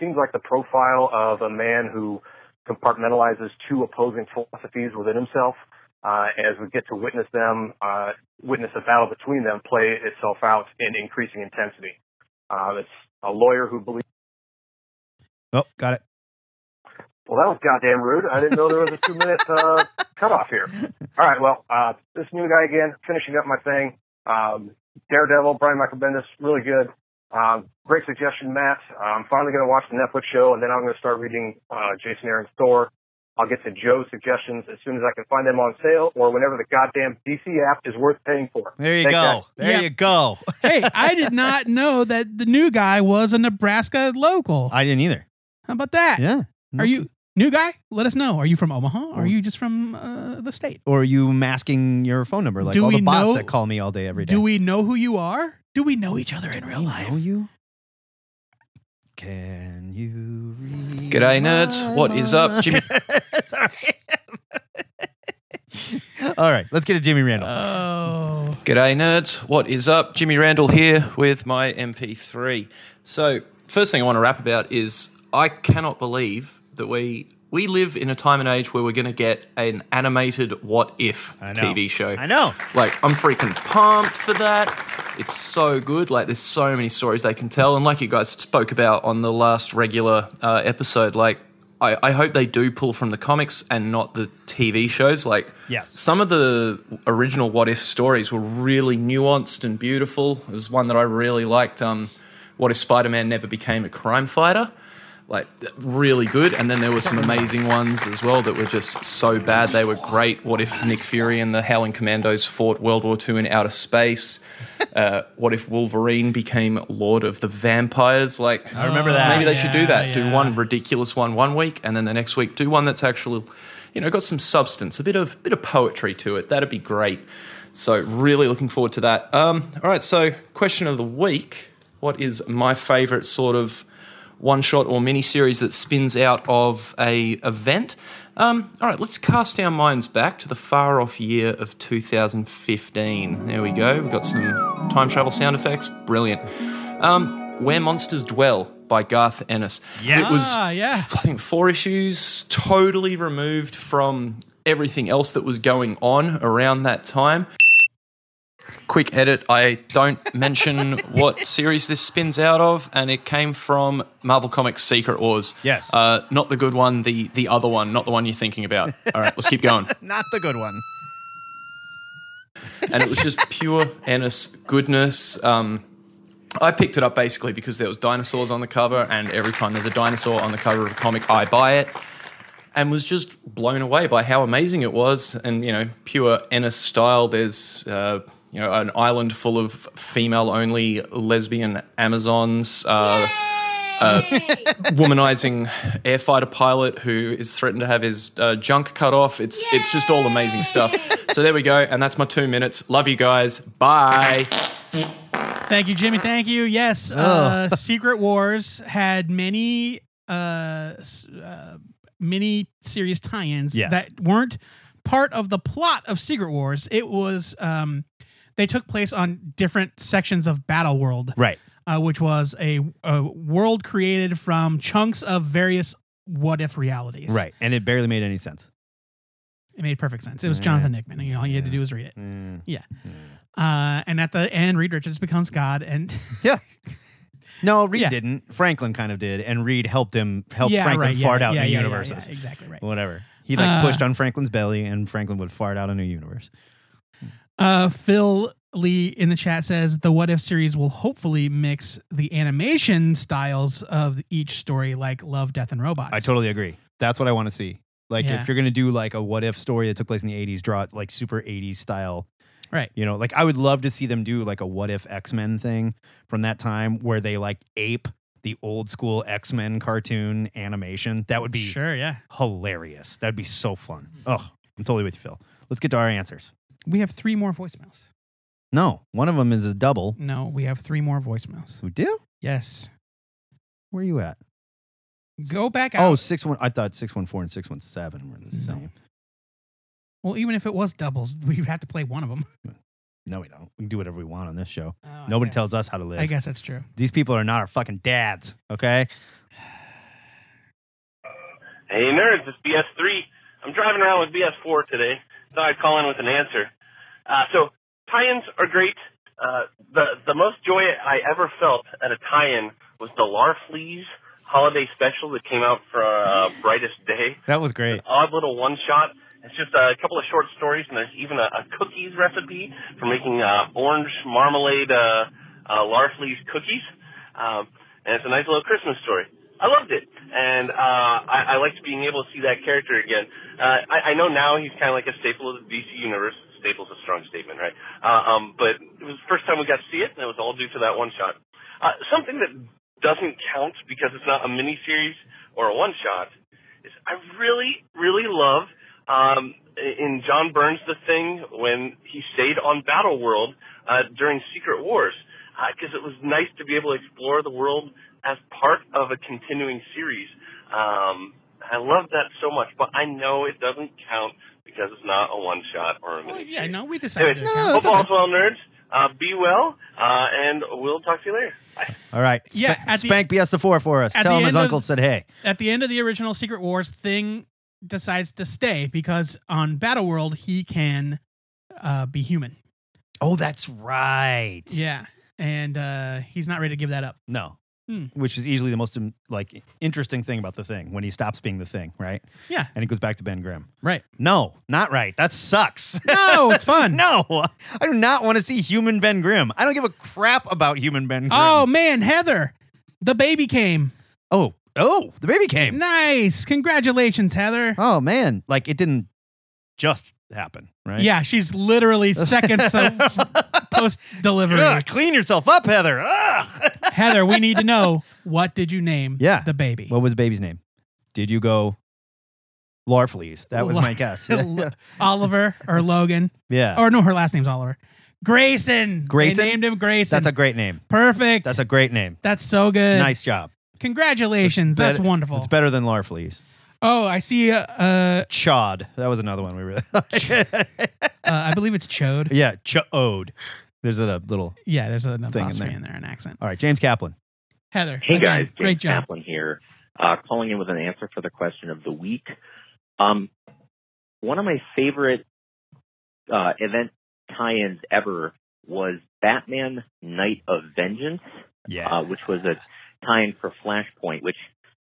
Speaker 12: seems like the profile of a man who compartmentalizes two opposing philosophies within himself. Uh, as we get to witness them, uh, witness a battle between them play itself out in increasing intensity. Uh, it's a lawyer who believes.
Speaker 4: Oh, got it.
Speaker 12: Well, that was goddamn rude. I didn't know there was a two minute uh, cutoff here. All right, well, uh, this new guy again, finishing up my thing. Um, Daredevil, Brian Michael Bendis, really good. Um, great suggestion, Matt. I'm finally going to watch the Netflix show, and then I'm going to start reading uh, Jason Aaron's Thor. I'll get to Joe's suggestions as soon as I can find them on sale or whenever the goddamn DC app is worth paying for.
Speaker 4: There you
Speaker 12: Thanks,
Speaker 4: go.
Speaker 12: guys.
Speaker 4: There you go.
Speaker 5: hey, I did not know that the new guy was a Nebraska local.
Speaker 4: I didn't either.
Speaker 5: How about that?
Speaker 4: Yeah.
Speaker 5: Are you new guy? Let us know. Are you from Omaha? Or are you just from uh, the state?
Speaker 4: Or are you masking your phone number like
Speaker 5: Do
Speaker 4: all the
Speaker 5: we
Speaker 4: bots
Speaker 5: know-
Speaker 4: that call me all day every day?
Speaker 5: Do we know who you are? Do we know each other in real life? Know
Speaker 4: you?
Speaker 13: G'day, nerds. What is up, Jimmy?
Speaker 4: all right, let's get to Jimmy Randall.
Speaker 5: Oh.
Speaker 13: G'day, nerds. What is up? Jimmy Randall here with my MP3. So, first thing I want to rap about is I cannot believe that we we live in a time and age where we're going to get an animated What If TV show. I
Speaker 4: know.
Speaker 13: Like, I'm freaking pumped for that. It's so good. Like, there's so many stories they can tell. And like you guys spoke about on the last regular uh, episode, like, I, I hope they do pull from the comics and not the TV shows. Like,
Speaker 4: Yes.
Speaker 13: some of the original What If stories were really nuanced and beautiful. There was one that I really liked. Um, what if Spider Man never became a crime fighter? Like, really good. And then there were some amazing ones as well that were just so bad. They were great. What if Nick Fury and the Howling Commandos fought World War II in outer space? Uh, what if Wolverine became Lord of the Vampires? Like,
Speaker 4: I remember that.
Speaker 13: Maybe they should do
Speaker 4: Yeah,
Speaker 13: that. Do one ridiculous one one week, and then the next week do one that's actually, you know, got some substance, a bit of bit of poetry to it. That'd be great. So really looking forward to that. Um, all right, so question of the week: What is my favorite sort of one shot or mini series that spins out of a event? Um, all right, let's cast our minds back to the far off year of 2015. There we go. We've got some time travel sound effects. Brilliant. Um, Where Monsters Dwell by Garth Ennis.
Speaker 5: Yes.
Speaker 13: It was,
Speaker 5: Ah, yeah.
Speaker 13: I think, four issues, totally removed from everything else that was going on around that time. Quick edit I don't mention what series this spins out of, and it came from Marvel Comics Secret Wars.
Speaker 4: Yes.
Speaker 13: Uh, not the good one, the, the other one, not the one you're thinking about. All right, let's keep going
Speaker 4: Not the good one.
Speaker 13: and it was just pure Ennis goodness. Um, I picked it up basically because there was dinosaurs on the cover, and every time there's a dinosaur on the cover of a comic, I buy it, and was just blown away by how amazing it was. And you know, pure Ennis style. There's uh, you know an island full of female-only lesbian Amazons. Uh, a womanizing air fighter pilot who is threatened to have his uh, junk cut off. It's it's just all amazing stuff. So there we go, and that's my two minutes. Love you guys. Bye.
Speaker 5: Thank you, Jimmy. Thank you. Yes, uh, Secret Wars had many uh, s- uh, many serious tie-ins
Speaker 4: Yes.
Speaker 5: that weren't part of the plot of Secret Wars. It was um, they took place on different sections of Battle World,
Speaker 4: Right.
Speaker 5: Uh, which was a, a world created from chunks of various what if realities.
Speaker 4: Right. And it barely made any sense.
Speaker 5: It made perfect sense. It was Jonathan Nickman. You know, all you had to do was read it.
Speaker 4: Mm.
Speaker 5: Yeah. Uh, and at the end, Reed Richards becomes God, and
Speaker 4: Yeah. No, Reed didn't. Franklin kind of did, and Reed helped him help
Speaker 5: Yeah,
Speaker 4: Franklin
Speaker 5: right, yeah,
Speaker 4: fart out
Speaker 5: yeah,
Speaker 4: new
Speaker 5: yeah, yeah,
Speaker 4: universes.
Speaker 5: yeah, exactly right.
Speaker 4: Whatever. He like
Speaker 5: Uh,
Speaker 4: pushed on Franklin's belly, and Franklin would fart out a new universe.
Speaker 5: Uh, Phil Lee in the chat says the What If series will hopefully mix the animation styles of each story, like Love, Death, and Robots.
Speaker 4: I totally agree. That's what I want to see. Like
Speaker 5: Yeah.
Speaker 4: if you're gonna do like a what if story that took place in the '80s, draw it like super '80s style
Speaker 5: Right.
Speaker 4: You know, like I would love to see them do like a what if X Men thing from that time where they like ape the old school X Men cartoon animation. That would be
Speaker 5: Sure, yeah. Mm-hmm.
Speaker 4: hilarious. That'd be so fun. Oh, I'm totally with you, Phil. Let's get to our answers.
Speaker 5: We have three more voicemails.
Speaker 4: No, one of them is a double.
Speaker 5: No, we have three more voicemails.
Speaker 4: We do?
Speaker 5: Yes.
Speaker 4: Where are you at?
Speaker 5: Go back out.
Speaker 4: Oh, six one. I thought six one four and six one seven were the same.
Speaker 5: Well, even if it was doubles, we'd have to play one of them.
Speaker 4: No, we don't. We can do whatever we want on this show.
Speaker 5: Oh,
Speaker 4: Nobody
Speaker 5: okay.
Speaker 4: tells us how to live.
Speaker 5: I guess that's true.
Speaker 4: These people are not our fucking dads, okay?
Speaker 14: Hey nerds, it's BS3. I'm driving around with BS4 today. Thought I'd call in with an answer. Uh, so tie-ins are great. Uh, the the most joy I ever felt at a tie-in was the Larfleeze holiday special that came out for uh, Brightest Day.
Speaker 4: That was great.
Speaker 14: Odd little one-shot. It's just a couple of short stories, and there's even a, a cookies recipe for making uh, orange marmalade uh, uh, Larfleeze cookies. Um, and it's a nice little Christmas story. I loved it, and uh, I, I liked being able to see that character again. Uh, I, I know now he's kind of like a staple of the DC universe. Staple's a strong statement, right? Uh, um, but it was the first time we got to see it, and it was all due to that one shot. Uh, something that doesn't count because it's not a miniseries or a one shot is I really, really love um, in John Burns The Thing when he stayed on Battle World uh, during Secret Wars because it was nice to be able to explore the world as part of a continuing series. Um, I love that so much, but I know it doesn't count because it's not a one shot or a mini.
Speaker 5: Yeah, no, we decided.
Speaker 14: Anyway,
Speaker 5: to
Speaker 14: hope
Speaker 5: count.
Speaker 14: all's well, nerds. Uh, be well, uh, and we'll talk to you later.
Speaker 4: All right.
Speaker 5: Yeah,
Speaker 4: Spa-
Speaker 5: at the-
Speaker 4: spank BS the four for us.
Speaker 5: at
Speaker 4: Tell
Speaker 5: the
Speaker 4: him
Speaker 5: end
Speaker 4: his
Speaker 5: of-
Speaker 4: uncle said hey.
Speaker 5: At the end of the original Secret Wars, Thing decides to stay because on Battleworld he can uh, be human.
Speaker 4: Oh, that's right.
Speaker 5: Yeah, and uh, he's not ready to give that up.
Speaker 4: No.
Speaker 5: Hmm.
Speaker 4: Which is easily the most um, like interesting thing about the thing when he stops being the thing, right?
Speaker 5: Yeah.
Speaker 4: And he goes back to Ben Grimm.
Speaker 5: Right.
Speaker 4: No, not right. That sucks.
Speaker 5: No, it's fun.
Speaker 4: no, I do not want to see human Ben Grimm. I don't give a crap about human Ben Grimm.
Speaker 5: Oh man, Heather, the baby came.
Speaker 4: Oh, oh, the baby came.
Speaker 5: Nice, congratulations, Heather.
Speaker 4: Oh man, like it didn't just happen, right?
Speaker 5: Yeah, she's literally seconds post delivery.
Speaker 4: Ugh, clean yourself up, Heather. Ugh.
Speaker 5: Heather, we need to know what did you name
Speaker 4: Yeah.
Speaker 5: the baby?
Speaker 4: What was the baby's name? Did you go Larfleeze? That was
Speaker 5: Lar-
Speaker 4: my guess. Yeah.
Speaker 5: Oliver or Logan?
Speaker 4: Yeah.
Speaker 5: Or no, her last name's Oliver. Grayson.
Speaker 4: Grayson?
Speaker 5: Oh, They named him Grayson.
Speaker 4: That's a great name.
Speaker 5: perfect.
Speaker 4: That's
Speaker 5: That's
Speaker 4: a great name.
Speaker 5: so good.
Speaker 4: Nice job.
Speaker 5: Congratulations. That's
Speaker 4: Better-
Speaker 5: wonderful.
Speaker 4: It's better than Larfleeze.
Speaker 5: Oh, I see. Uh, uh,
Speaker 4: Chod. That was another one we really.
Speaker 5: uh, I believe it's Chode.
Speaker 4: yeah, Chod. There's a little.
Speaker 5: Yeah, there's an
Speaker 4: Thing in
Speaker 5: apostrophe
Speaker 4: there.
Speaker 5: in there, an accent.
Speaker 4: All right, James Kaplan.
Speaker 5: Heather.
Speaker 15: Hey
Speaker 5: again,
Speaker 15: guys, James
Speaker 5: great job.
Speaker 15: Kaplan here, uh, calling in with an answer for the question of the week. Um, one of my favorite uh, event tie-ins ever was Batman: Night of Vengeance,
Speaker 4: yeah.
Speaker 15: uh, which was a tie-in for Flashpoint, which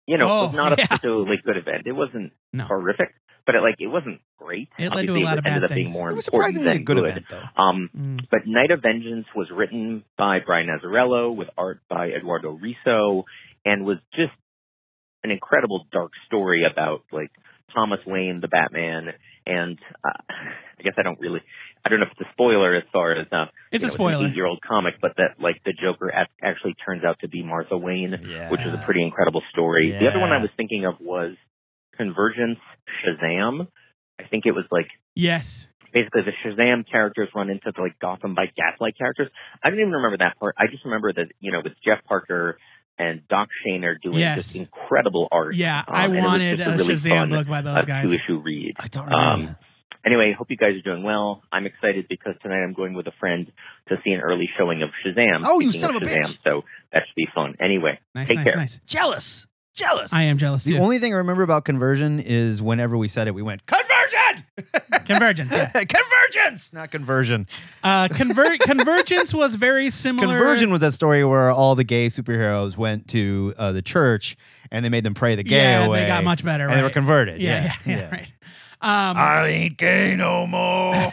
Speaker 15: you know
Speaker 5: Oh,
Speaker 15: was not
Speaker 5: yeah.
Speaker 15: a particularly good event. It wasn't
Speaker 5: No.
Speaker 15: horrific, but it, like it wasn't great.
Speaker 5: It led to
Speaker 15: Obviously,
Speaker 5: a lot
Speaker 15: it
Speaker 5: of
Speaker 15: ended
Speaker 5: bad
Speaker 15: up being
Speaker 5: things.
Speaker 15: more
Speaker 5: It was
Speaker 15: important
Speaker 4: surprisingly a
Speaker 15: than
Speaker 4: good
Speaker 15: good.
Speaker 4: event, though.
Speaker 15: Um,
Speaker 5: Mm.
Speaker 15: But Night of Vengeance was written by Brian Nazarello with art by Eduardo Riso and was just an incredible dark story about like Thomas Wayne, the Batman, and uh, I guess I don't really, I don't know if it's a spoiler as far as uh,
Speaker 5: It's
Speaker 15: you
Speaker 5: a
Speaker 15: know,
Speaker 5: spoiler.
Speaker 15: an eight-year-old comic, but that like the Joker ac- actually turns out to be Martha Wayne,
Speaker 4: Yeah.
Speaker 15: which is a pretty incredible story. The other one
Speaker 4: Yeah.
Speaker 15: I was thinking of was Convergence Shazam. I think it was like
Speaker 5: Yes.
Speaker 15: basically the Shazam characters run into the like Gotham by Gaslight characters. I don't even remember that part. I just remember that you know with Jeff Parker and Doc Shane are doing
Speaker 5: Yes.
Speaker 15: just incredible art.
Speaker 5: Yeah,
Speaker 15: Um,
Speaker 5: I
Speaker 15: and it was
Speaker 5: wanted
Speaker 15: just
Speaker 5: a
Speaker 15: really
Speaker 5: Shazam
Speaker 15: fun,
Speaker 5: book by those
Speaker 15: uh,
Speaker 5: guys.
Speaker 15: Two-issue read.
Speaker 4: I don't remember.
Speaker 15: Um, anyway, hope you guys are doing well. I'm excited because tonight I'm going with a friend to see an early showing of Shazam.
Speaker 4: Oh, you
Speaker 15: Speaking
Speaker 4: son of a
Speaker 15: Shazam,
Speaker 4: bitch.
Speaker 15: So that should be fun. Anyway,
Speaker 5: Nice,
Speaker 15: take
Speaker 5: nice,
Speaker 15: care.
Speaker 5: nice.
Speaker 4: Jealous. Jealous.
Speaker 5: I am jealous
Speaker 4: the
Speaker 5: too.
Speaker 4: only thing I remember about conversion is whenever we said it, we went conversion,
Speaker 5: Convergence, yeah.
Speaker 4: convergence, not conversion.
Speaker 5: Uh, conver- Convergence was very similar.
Speaker 4: Conversion was that story where all the gay superheroes went to uh, the church and they made them pray the gay
Speaker 5: yeah,
Speaker 4: away.
Speaker 5: they got much better.
Speaker 4: and
Speaker 5: right?
Speaker 4: they were converted.
Speaker 5: Yeah, yeah, yeah, right. Um,
Speaker 4: I ain't gay no more.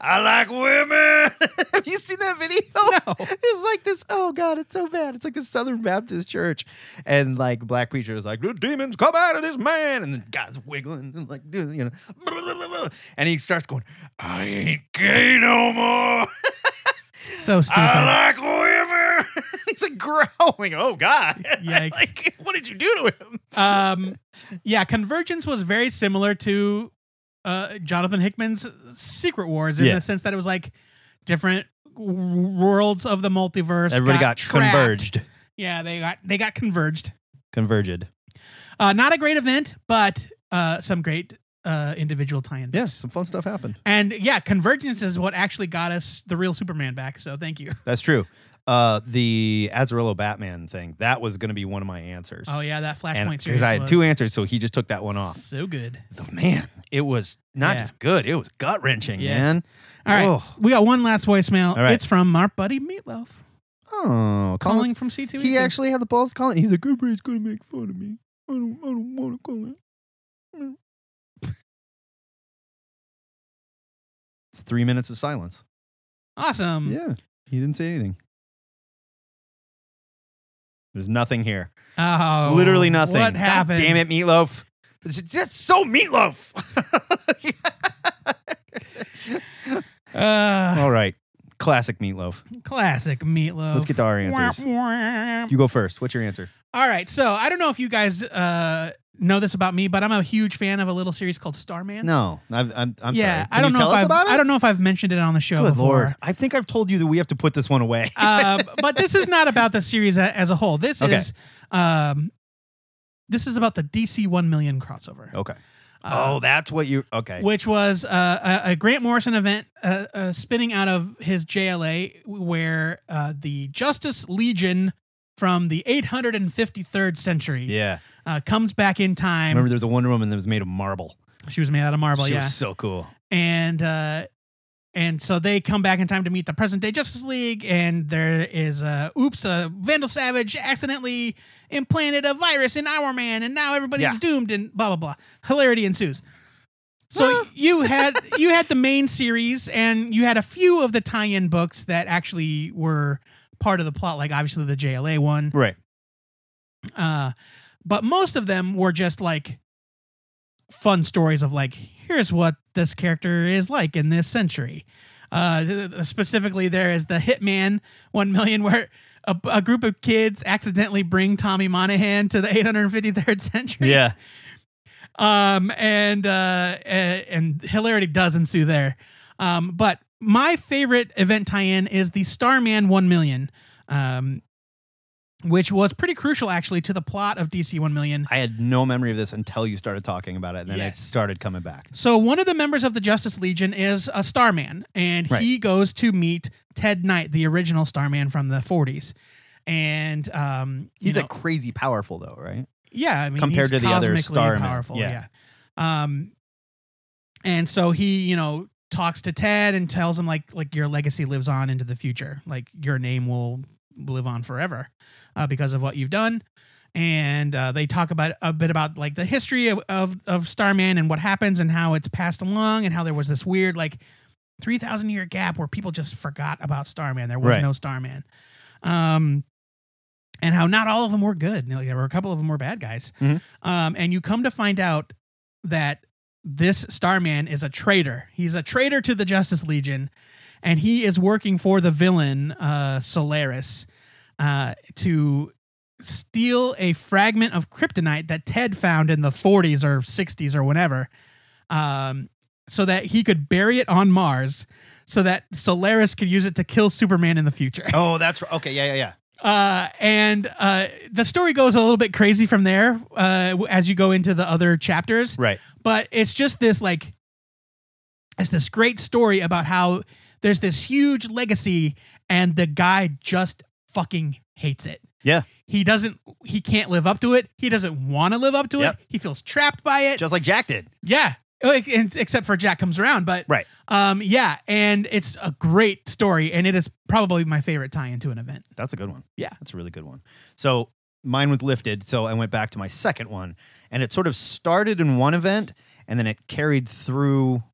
Speaker 4: I like women. Have you seen that video? No. It's like this. Oh God, it's so bad. It's like the Southern Baptist Church, and like black preacher is like, "The demons come out of this man," and the guy's wiggling and like, you know, blah, blah, blah, blah. and he starts going, "I ain't gay no more."
Speaker 5: So stupid.
Speaker 4: I like women. He's like growling. Oh God!
Speaker 5: Yikes.
Speaker 4: like, what did you do to him?
Speaker 5: um, yeah, Convergence was very similar to uh, Jonathan Hickman's Secret Wars in
Speaker 4: Yeah.
Speaker 5: the sense that it was like different w- worlds of the multiverse.
Speaker 4: Everybody got,
Speaker 5: trapped.
Speaker 4: converged,
Speaker 5: Yeah, they got they got converged.
Speaker 4: converged.
Speaker 5: Uh, not a great event, but uh, some great uh, individual tie-in.
Speaker 4: Yes, some fun stuff happened.
Speaker 5: And yeah, Convergence is what actually got us the real Superman back. So thank you.
Speaker 4: That's true. Uh, the Azarillo Batman thing that was going to be one of my answers.
Speaker 5: Oh yeah, that
Speaker 4: And-
Speaker 5: Flashpoint series.
Speaker 4: because I had
Speaker 5: was
Speaker 4: two answers, so he just took that one off.
Speaker 5: So good.
Speaker 4: Man, it was not
Speaker 5: Yeah.
Speaker 4: just good; it was gut wrenching,
Speaker 5: Yes.
Speaker 4: man.
Speaker 5: All right,
Speaker 4: Oh,
Speaker 5: we got one last voicemail.
Speaker 4: All right.
Speaker 5: It's from our buddy Meatloaf,
Speaker 4: oh
Speaker 5: calling
Speaker 4: calling.
Speaker 5: from C two. E.
Speaker 4: He actually had the balls calling. He's like, everybody's going to make fun of me. I don't, I don't want to call it. It's three minutes of silence.
Speaker 5: awesome.
Speaker 4: Yeah, he didn't say anything. There's nothing here.
Speaker 5: Oh,
Speaker 4: Literally nothing.
Speaker 5: What
Speaker 4: God
Speaker 5: happened?
Speaker 4: damn it, Meatloaf. It's just so Meatloaf.
Speaker 5: Uh,
Speaker 4: All right. Classic Meatloaf.
Speaker 5: classic Meatloaf.
Speaker 4: Let's get to our answers. You go first. What's your answer?
Speaker 5: All right, so I don't know if you guys uh, know this about me, but I'm a huge fan of a little series called Starman.
Speaker 4: No, I've, I'm, I'm
Speaker 5: yeah,
Speaker 4: sorry. Can
Speaker 5: I don't know
Speaker 4: you tell
Speaker 5: if
Speaker 4: us
Speaker 5: I've,
Speaker 4: about it?
Speaker 5: I don't know if I've mentioned it on the show
Speaker 4: Good
Speaker 5: before.
Speaker 4: Lord. I think I've told you that we have to put this one away.
Speaker 5: uh, but this is not about the series a- as a whole. This
Speaker 4: Okay.
Speaker 5: is um, this is about the DC One Million crossover,
Speaker 4: okay.
Speaker 5: Uh,
Speaker 4: oh, that's what you. Okay.
Speaker 5: which was uh, a, a Grant Morrison event uh, uh, spinning out of his JLA, where uh, the Justice Legion from the 853rd century
Speaker 4: yeah.
Speaker 5: uh, comes back in time.
Speaker 4: Remember, there's a Wonder Woman that was made of marble.
Speaker 5: she was made out of marble.
Speaker 4: she
Speaker 5: yeah,
Speaker 4: was so cool.
Speaker 5: and uh and so they come back in time to meet the present day Justice League, and there is uh, oops, uh, Vandal Savage accidentally implanted a virus in Our Man, and now everybody's
Speaker 4: Yeah.
Speaker 5: doomed, and blah blah blah. Hilarity ensues. So you had you had the main series, and you had a few of the tie-in books that actually were part of the plot, like obviously the JLA one,
Speaker 4: Right.
Speaker 5: uh, but most of them were just like fun stories of like, here's what this character is like in this century. Uh, th- th- specifically, there is the Hitman One Million, where a, a group of kids accidentally bring Tommy Monahan to the 853rd century.
Speaker 4: Yeah.
Speaker 5: Um, and uh, a- and hilarity does ensue there. Um, but my favorite event tie-in is the Starman One Million. Um, which was pretty crucial actually to the plot of DC 1 million.
Speaker 4: I had no memory of this until you started talking about it, and then
Speaker 5: Yes.
Speaker 4: it started coming back.
Speaker 5: So one of the members of the Justice Legion is a Starman, and
Speaker 4: Right.
Speaker 5: he goes to meet Ted Knight, the original Starman from the 40s. And um, you
Speaker 4: He's
Speaker 5: know-
Speaker 4: like crazy powerful, though, right?
Speaker 5: Yeah, I mean,
Speaker 4: Compared
Speaker 5: he's
Speaker 4: to the other
Speaker 5: cosmically
Speaker 4: Starmen,
Speaker 5: powerful. Yeah.
Speaker 4: yeah.
Speaker 5: Um, and so he, you know, talks to Ted and tells him like, like your legacy lives on into the future. Like your name will live on forever uh, because of what you've done. And uh, they talk about a bit about like the history of, of of Starman and what happens and how it's passed along and how there was this weird like three thousand year gap where people just forgot about Starman. There was
Speaker 4: Right.
Speaker 5: no Starman. Um, and how not all of them were good. Like, there were a couple of them were bad guys.
Speaker 4: Mhm.
Speaker 5: Um, and you come to find out that this Starman is a traitor. He's a traitor to the Justice Legion, and he is working for the villain uh, Solaris uh, to steal a fragment of kryptonite that Ted found in the 40s or 60s or whenever, um, so that he could bury it on Mars. So that Solaris could use it to kill Superman in the future.
Speaker 4: Oh, that's r- okay. Yeah, yeah, yeah.
Speaker 5: Uh, and uh, the story goes a little bit crazy from there uh, w- as you go into the other chapters.
Speaker 4: Right.
Speaker 5: But it's just this like, it's this great story about how there's this huge legacy and the guy just fucking hates it.
Speaker 4: Yeah.
Speaker 5: He doesn't, he can't live up to it. He doesn't want to live up to
Speaker 4: Yep.
Speaker 5: it. He feels trapped by it.
Speaker 4: Just like Jack did.
Speaker 5: Yeah. Like, and- Except for Jack comes around, but
Speaker 4: Right.
Speaker 5: um, yeah, and it's a great story, and it is probably my favorite tie-in to an event.
Speaker 4: That's a good one.
Speaker 5: Yeah.
Speaker 4: That's a really good one. So mine was lifted. So I went back to my second one, and it sort of started in one event and then it carried through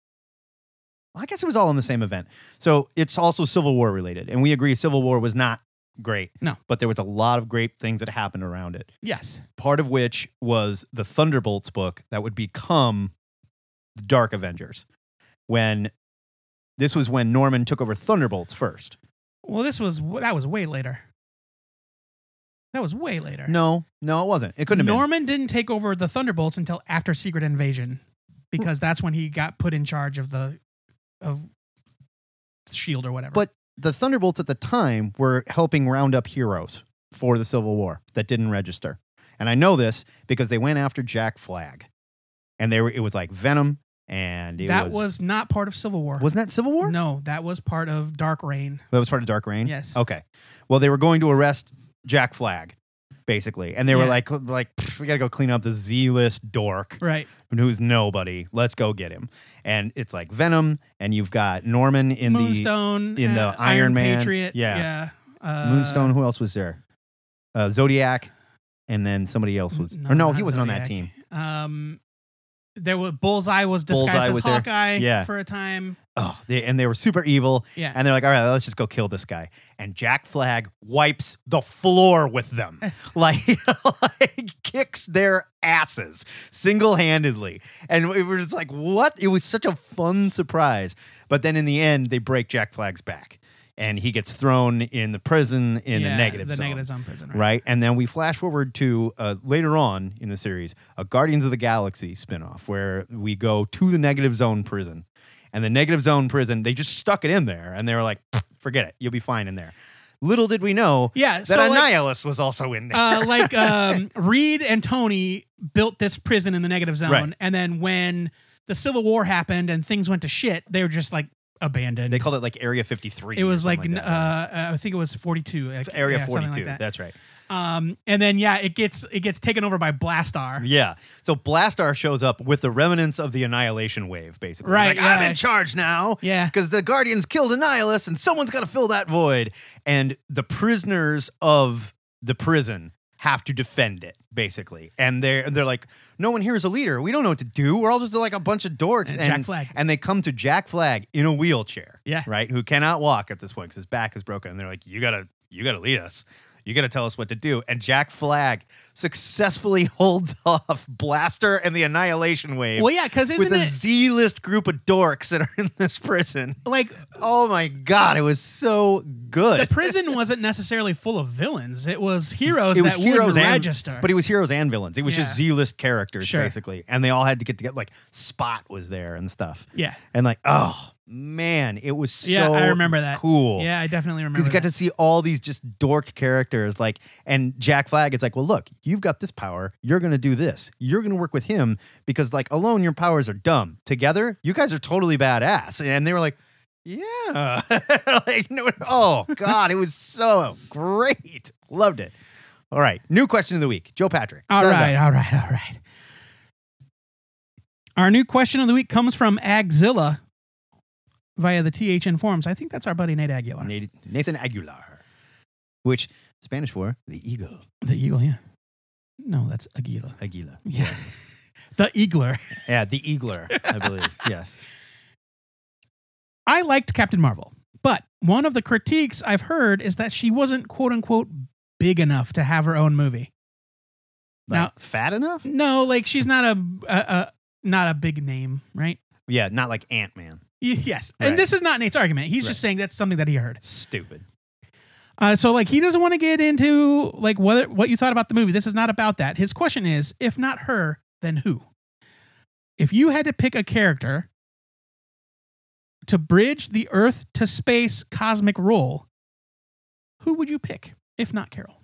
Speaker 4: Well, I guess it was all in the same event. So it's also Civil War related. And we agree Civil War was not great.
Speaker 5: No.
Speaker 4: But there was a lot of great things that happened around it.
Speaker 5: Yes.
Speaker 4: Part of which was the Thunderbolts book that would become the Dark Avengers. When this was when Norman took over Thunderbolts first.
Speaker 5: Well, this was that was way later. That was way later.
Speaker 4: No, no, it wasn't. It couldn't have been.
Speaker 5: Norman didn't take over the Thunderbolts until after Secret Invasion, because that's when he got put in charge of the of Shield E or whatever.
Speaker 4: But the Thunderbolts at the time were helping round up heroes for the Civil War that didn't register. And I know this because they went after Jack Flag. And they were it was like Venom and it
Speaker 5: that was, not part of Civil War.
Speaker 4: Wasn't that Civil War?
Speaker 5: No, that was part of Dark Reign.
Speaker 4: That was part of Dark Reign.
Speaker 5: Yes.
Speaker 4: Okay. Well, they were going to arrest Jack Flag, basically, and they were
Speaker 5: Yeah.
Speaker 4: like, like "Pfft, we got to go clean up the Z list dork,
Speaker 5: Right.
Speaker 4: Who's nobody? Let's go get him. And it's like Venom, and you've got Norman in
Speaker 5: Moonstone
Speaker 4: the in the
Speaker 5: uh,
Speaker 4: Iron, Man,
Speaker 5: Patriot.
Speaker 4: yeah.
Speaker 5: Yeah. Uh,
Speaker 4: Moonstone. Who else was there? Uh, Zodiac, and then somebody else was.
Speaker 5: No,
Speaker 4: or no,
Speaker 5: not
Speaker 4: he wasn't on that
Speaker 5: Zodiac.
Speaker 4: team.
Speaker 5: Um, there was Bullseye was disguised
Speaker 4: Bullseye
Speaker 5: as
Speaker 4: was there.
Speaker 5: Hawkeye
Speaker 4: Yeah.
Speaker 5: for a time.
Speaker 4: Oh, they, and they were super evil.
Speaker 5: Yeah.
Speaker 4: And they're like, all right, let's just go kill this guy. And Jack Flag wipes the floor with them, like, like kicks their asses single handedly. And we were just like, what? It was such a fun surprise. But then in the end, they break Jack Flag's back. And he gets thrown in the prison in
Speaker 5: Yeah,
Speaker 4: the negative
Speaker 5: the
Speaker 4: zone.
Speaker 5: negative zone prison, right.
Speaker 4: Right. And then we flash forward to uh, later on in the series, a Guardians of the Galaxy spinoff where we go to the negative zone prison. And the negative zone prison, they just stuck it in there and they were like, "Pfft, forget it. You'll be fine in there. Little did we know
Speaker 5: Yeah,
Speaker 4: that
Speaker 5: so, like-
Speaker 4: Annihilus was also in there.
Speaker 5: Uh, like um, Reed and Tony built this prison in the negative zone,
Speaker 4: Right.
Speaker 5: and then when the Civil War happened and things went to shit, they were just like abandoned.
Speaker 4: they called it like Area 53.
Speaker 5: it
Speaker 4: or
Speaker 5: was like,
Speaker 4: something
Speaker 5: uh, uh, I think it was forty two.
Speaker 4: that. Area 42. That's right.
Speaker 5: Um, and then yeah, it gets it gets taken over by Blastar.
Speaker 4: Yeah. So Blastar shows up with the remnants of the Annihilation wave, basically. He's
Speaker 5: Right,
Speaker 4: like,
Speaker 5: yeah.
Speaker 4: I'm in charge now.
Speaker 5: Yeah.
Speaker 4: Because the Guardians killed Annihilus and someone's got to fill that void. And the prisoners of the prison have to defend it, basically. And they're, they're like, no one here is a leader. We don't know what to do. We're all just like a bunch of dorks.
Speaker 5: And
Speaker 4: And,
Speaker 5: Jack Flag.
Speaker 4: And they come to Jack Flag in a wheelchair.
Speaker 5: Yeah.
Speaker 4: Right. Who cannot walk at this point because his back is broken. And they're like, you got to, you got to lead us. You got to tell us what to do. And Jack Flag successfully holds off Blaster and the Annihilation Wave.
Speaker 5: Well, yeah, because isn't
Speaker 4: with a
Speaker 5: it
Speaker 4: list group of dorks that are in this prison.
Speaker 5: like
Speaker 4: Oh my God, it was so
Speaker 5: the
Speaker 4: good.
Speaker 5: prison wasn't necessarily full of villains? It was heroes
Speaker 4: it was
Speaker 5: Oh, that
Speaker 4: heroes
Speaker 5: wouldn't
Speaker 4: and
Speaker 5: register.
Speaker 4: but it was heroes and villains. It was just
Speaker 5: Yeah.
Speaker 4: Z list characters
Speaker 5: Sure.
Speaker 4: basically, and they all had to get together. Like Spot was there and stuff,
Speaker 5: yeah,
Speaker 4: and like oh man, it was so
Speaker 5: yeah, I remember that.
Speaker 4: cool.
Speaker 5: Yeah, I definitely remember.
Speaker 4: Because you got
Speaker 5: that.
Speaker 4: to see all these just dork characters, like and Jack Flag. It's like, well, look, you've got this power. You're gonna do this. You're gonna work with him because, like, alone your powers are dumb. Together, you guys are totally badass. And they were like, yeah, Uh, like, no, oh god, it was so great. Loved it. All right, new question of the week, Joe Patrick.
Speaker 5: All
Speaker 4: Set it
Speaker 5: right,
Speaker 4: up.
Speaker 5: all right, all right. Our new question of the week comes from Agzilla via the THN forums. I think that's our buddy Nate Aguilar.
Speaker 4: Nathan- Nathan Aguilar, which Spanish for the eagle.
Speaker 5: The Eagle, yeah. No, that's Aguila.
Speaker 4: Aguila.
Speaker 5: Yeah. the Eagler.
Speaker 4: Yeah, the eagler, I believe. yes.
Speaker 5: I liked Captain Marvel, but one of the critiques I've heard is that she wasn't quote unquote big enough to have her own movie.
Speaker 4: Like,
Speaker 5: Now-
Speaker 4: fat enough?
Speaker 5: No, like she's not a, a, a not a big name, right?
Speaker 4: Yeah, not like Ant Man.
Speaker 5: Y- Yes.
Speaker 4: Right.
Speaker 5: And this is not Nate's argument. He's
Speaker 4: Right.
Speaker 5: just saying that's something that he heard.
Speaker 4: Stupid.
Speaker 5: Uh, so like he doesn't want to get into like what what you thought about the movie. This is not about that. His question is, if not her, then who? If you had to pick a character to bridge the Earth to space cosmic role, who would you pick? If not Carol,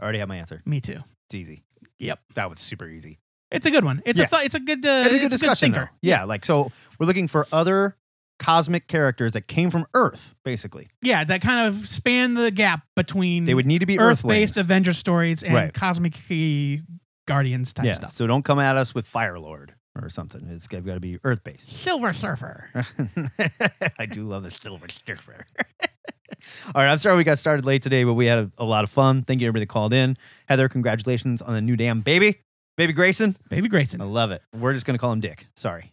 Speaker 4: I already have my answer.
Speaker 5: me too.
Speaker 4: It's easy.
Speaker 5: Yep,
Speaker 4: That was super easy.
Speaker 5: it's a good one. It's
Speaker 4: Yeah.
Speaker 5: a th- it's a good uh,
Speaker 4: That's a good
Speaker 5: it's
Speaker 4: discussion.
Speaker 5: thinker.
Speaker 4: though. yeah, like so we're looking for other cosmic characters that came from Earth, basically.
Speaker 5: yeah, that kind of span the gap between
Speaker 4: They would need to be Earthlings.
Speaker 5: Earth-based Avenger stories and
Speaker 4: Right.
Speaker 5: cosmic uh, Guardians type
Speaker 4: yeah,
Speaker 5: stuff.
Speaker 4: so don't come at us with Fire Lord or something. It's got to be Earth based.
Speaker 5: Silver Surfer.
Speaker 4: I do love the Silver Surfer. All right, I'm sorry we got started late today, but we had a, a lot of fun. Thank you to everybody that called in. Heather, congratulations on the new damn baby, baby Grayson.
Speaker 5: Baby Grayson.
Speaker 4: I love it. We're just gonna call him Dick. Sorry.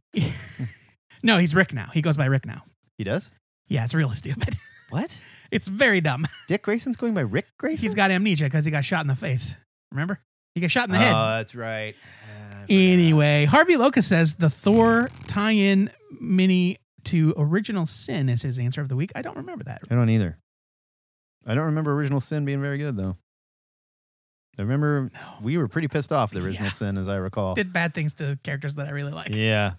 Speaker 5: No, he's Rick now. He goes by Rick now.
Speaker 4: He does?
Speaker 5: Yeah, it's really stupid.
Speaker 4: What?
Speaker 5: It's very dumb.
Speaker 4: Dick Grayson's going by Rick Grayson?
Speaker 5: He's got amnesia because he got shot in the face. Remember? He got shot in the
Speaker 4: oh,
Speaker 5: head.
Speaker 4: that's right.
Speaker 5: Anyway, Harvey Locus says the Thor tie-in mini to Original Sin is his answer of the week. I don't remember that.
Speaker 4: I don't either. I don't remember Original Sin being very good, though. I remember we were pretty pissed off with Original Sin, as I recall.
Speaker 5: Did bad things to characters that I really like.
Speaker 4: yeah.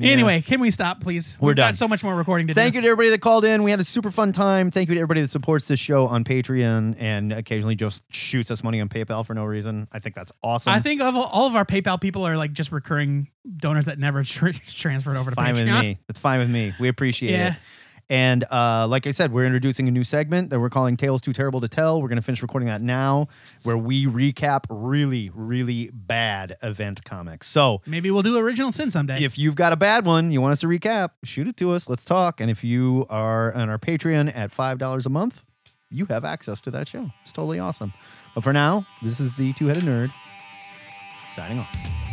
Speaker 5: Anyway, can we stop, please?
Speaker 4: We're
Speaker 5: We've got
Speaker 4: done.
Speaker 5: so much more recording to
Speaker 4: Thank
Speaker 5: do.
Speaker 4: you to everybody that called in. We had a super fun time. Thank you to everybody that supports this show on Patreon and occasionally just shoots us money on PayPal for no reason. I think that's awesome.
Speaker 5: I think of all of our PayPal people are like just recurring donors that never tr- transferred over to
Speaker 4: fine
Speaker 5: Patreon.
Speaker 4: with me. It's fine with me. We appreciate
Speaker 5: Yeah.
Speaker 4: it. And uh, like I said, we're introducing a new segment that we're calling Tales Too Terrible to Tell. We're going to finish recording that now, where we recap really, really bad event comics. So
Speaker 5: maybe we'll do Original Sin someday.
Speaker 4: If you've got a bad one you want us to recap, shoot it to us. Let's talk. And if you are on our Patreon at $5 a month, you have access to that show. It's totally awesome. But for now, this is the Two Headed Nerd signing off.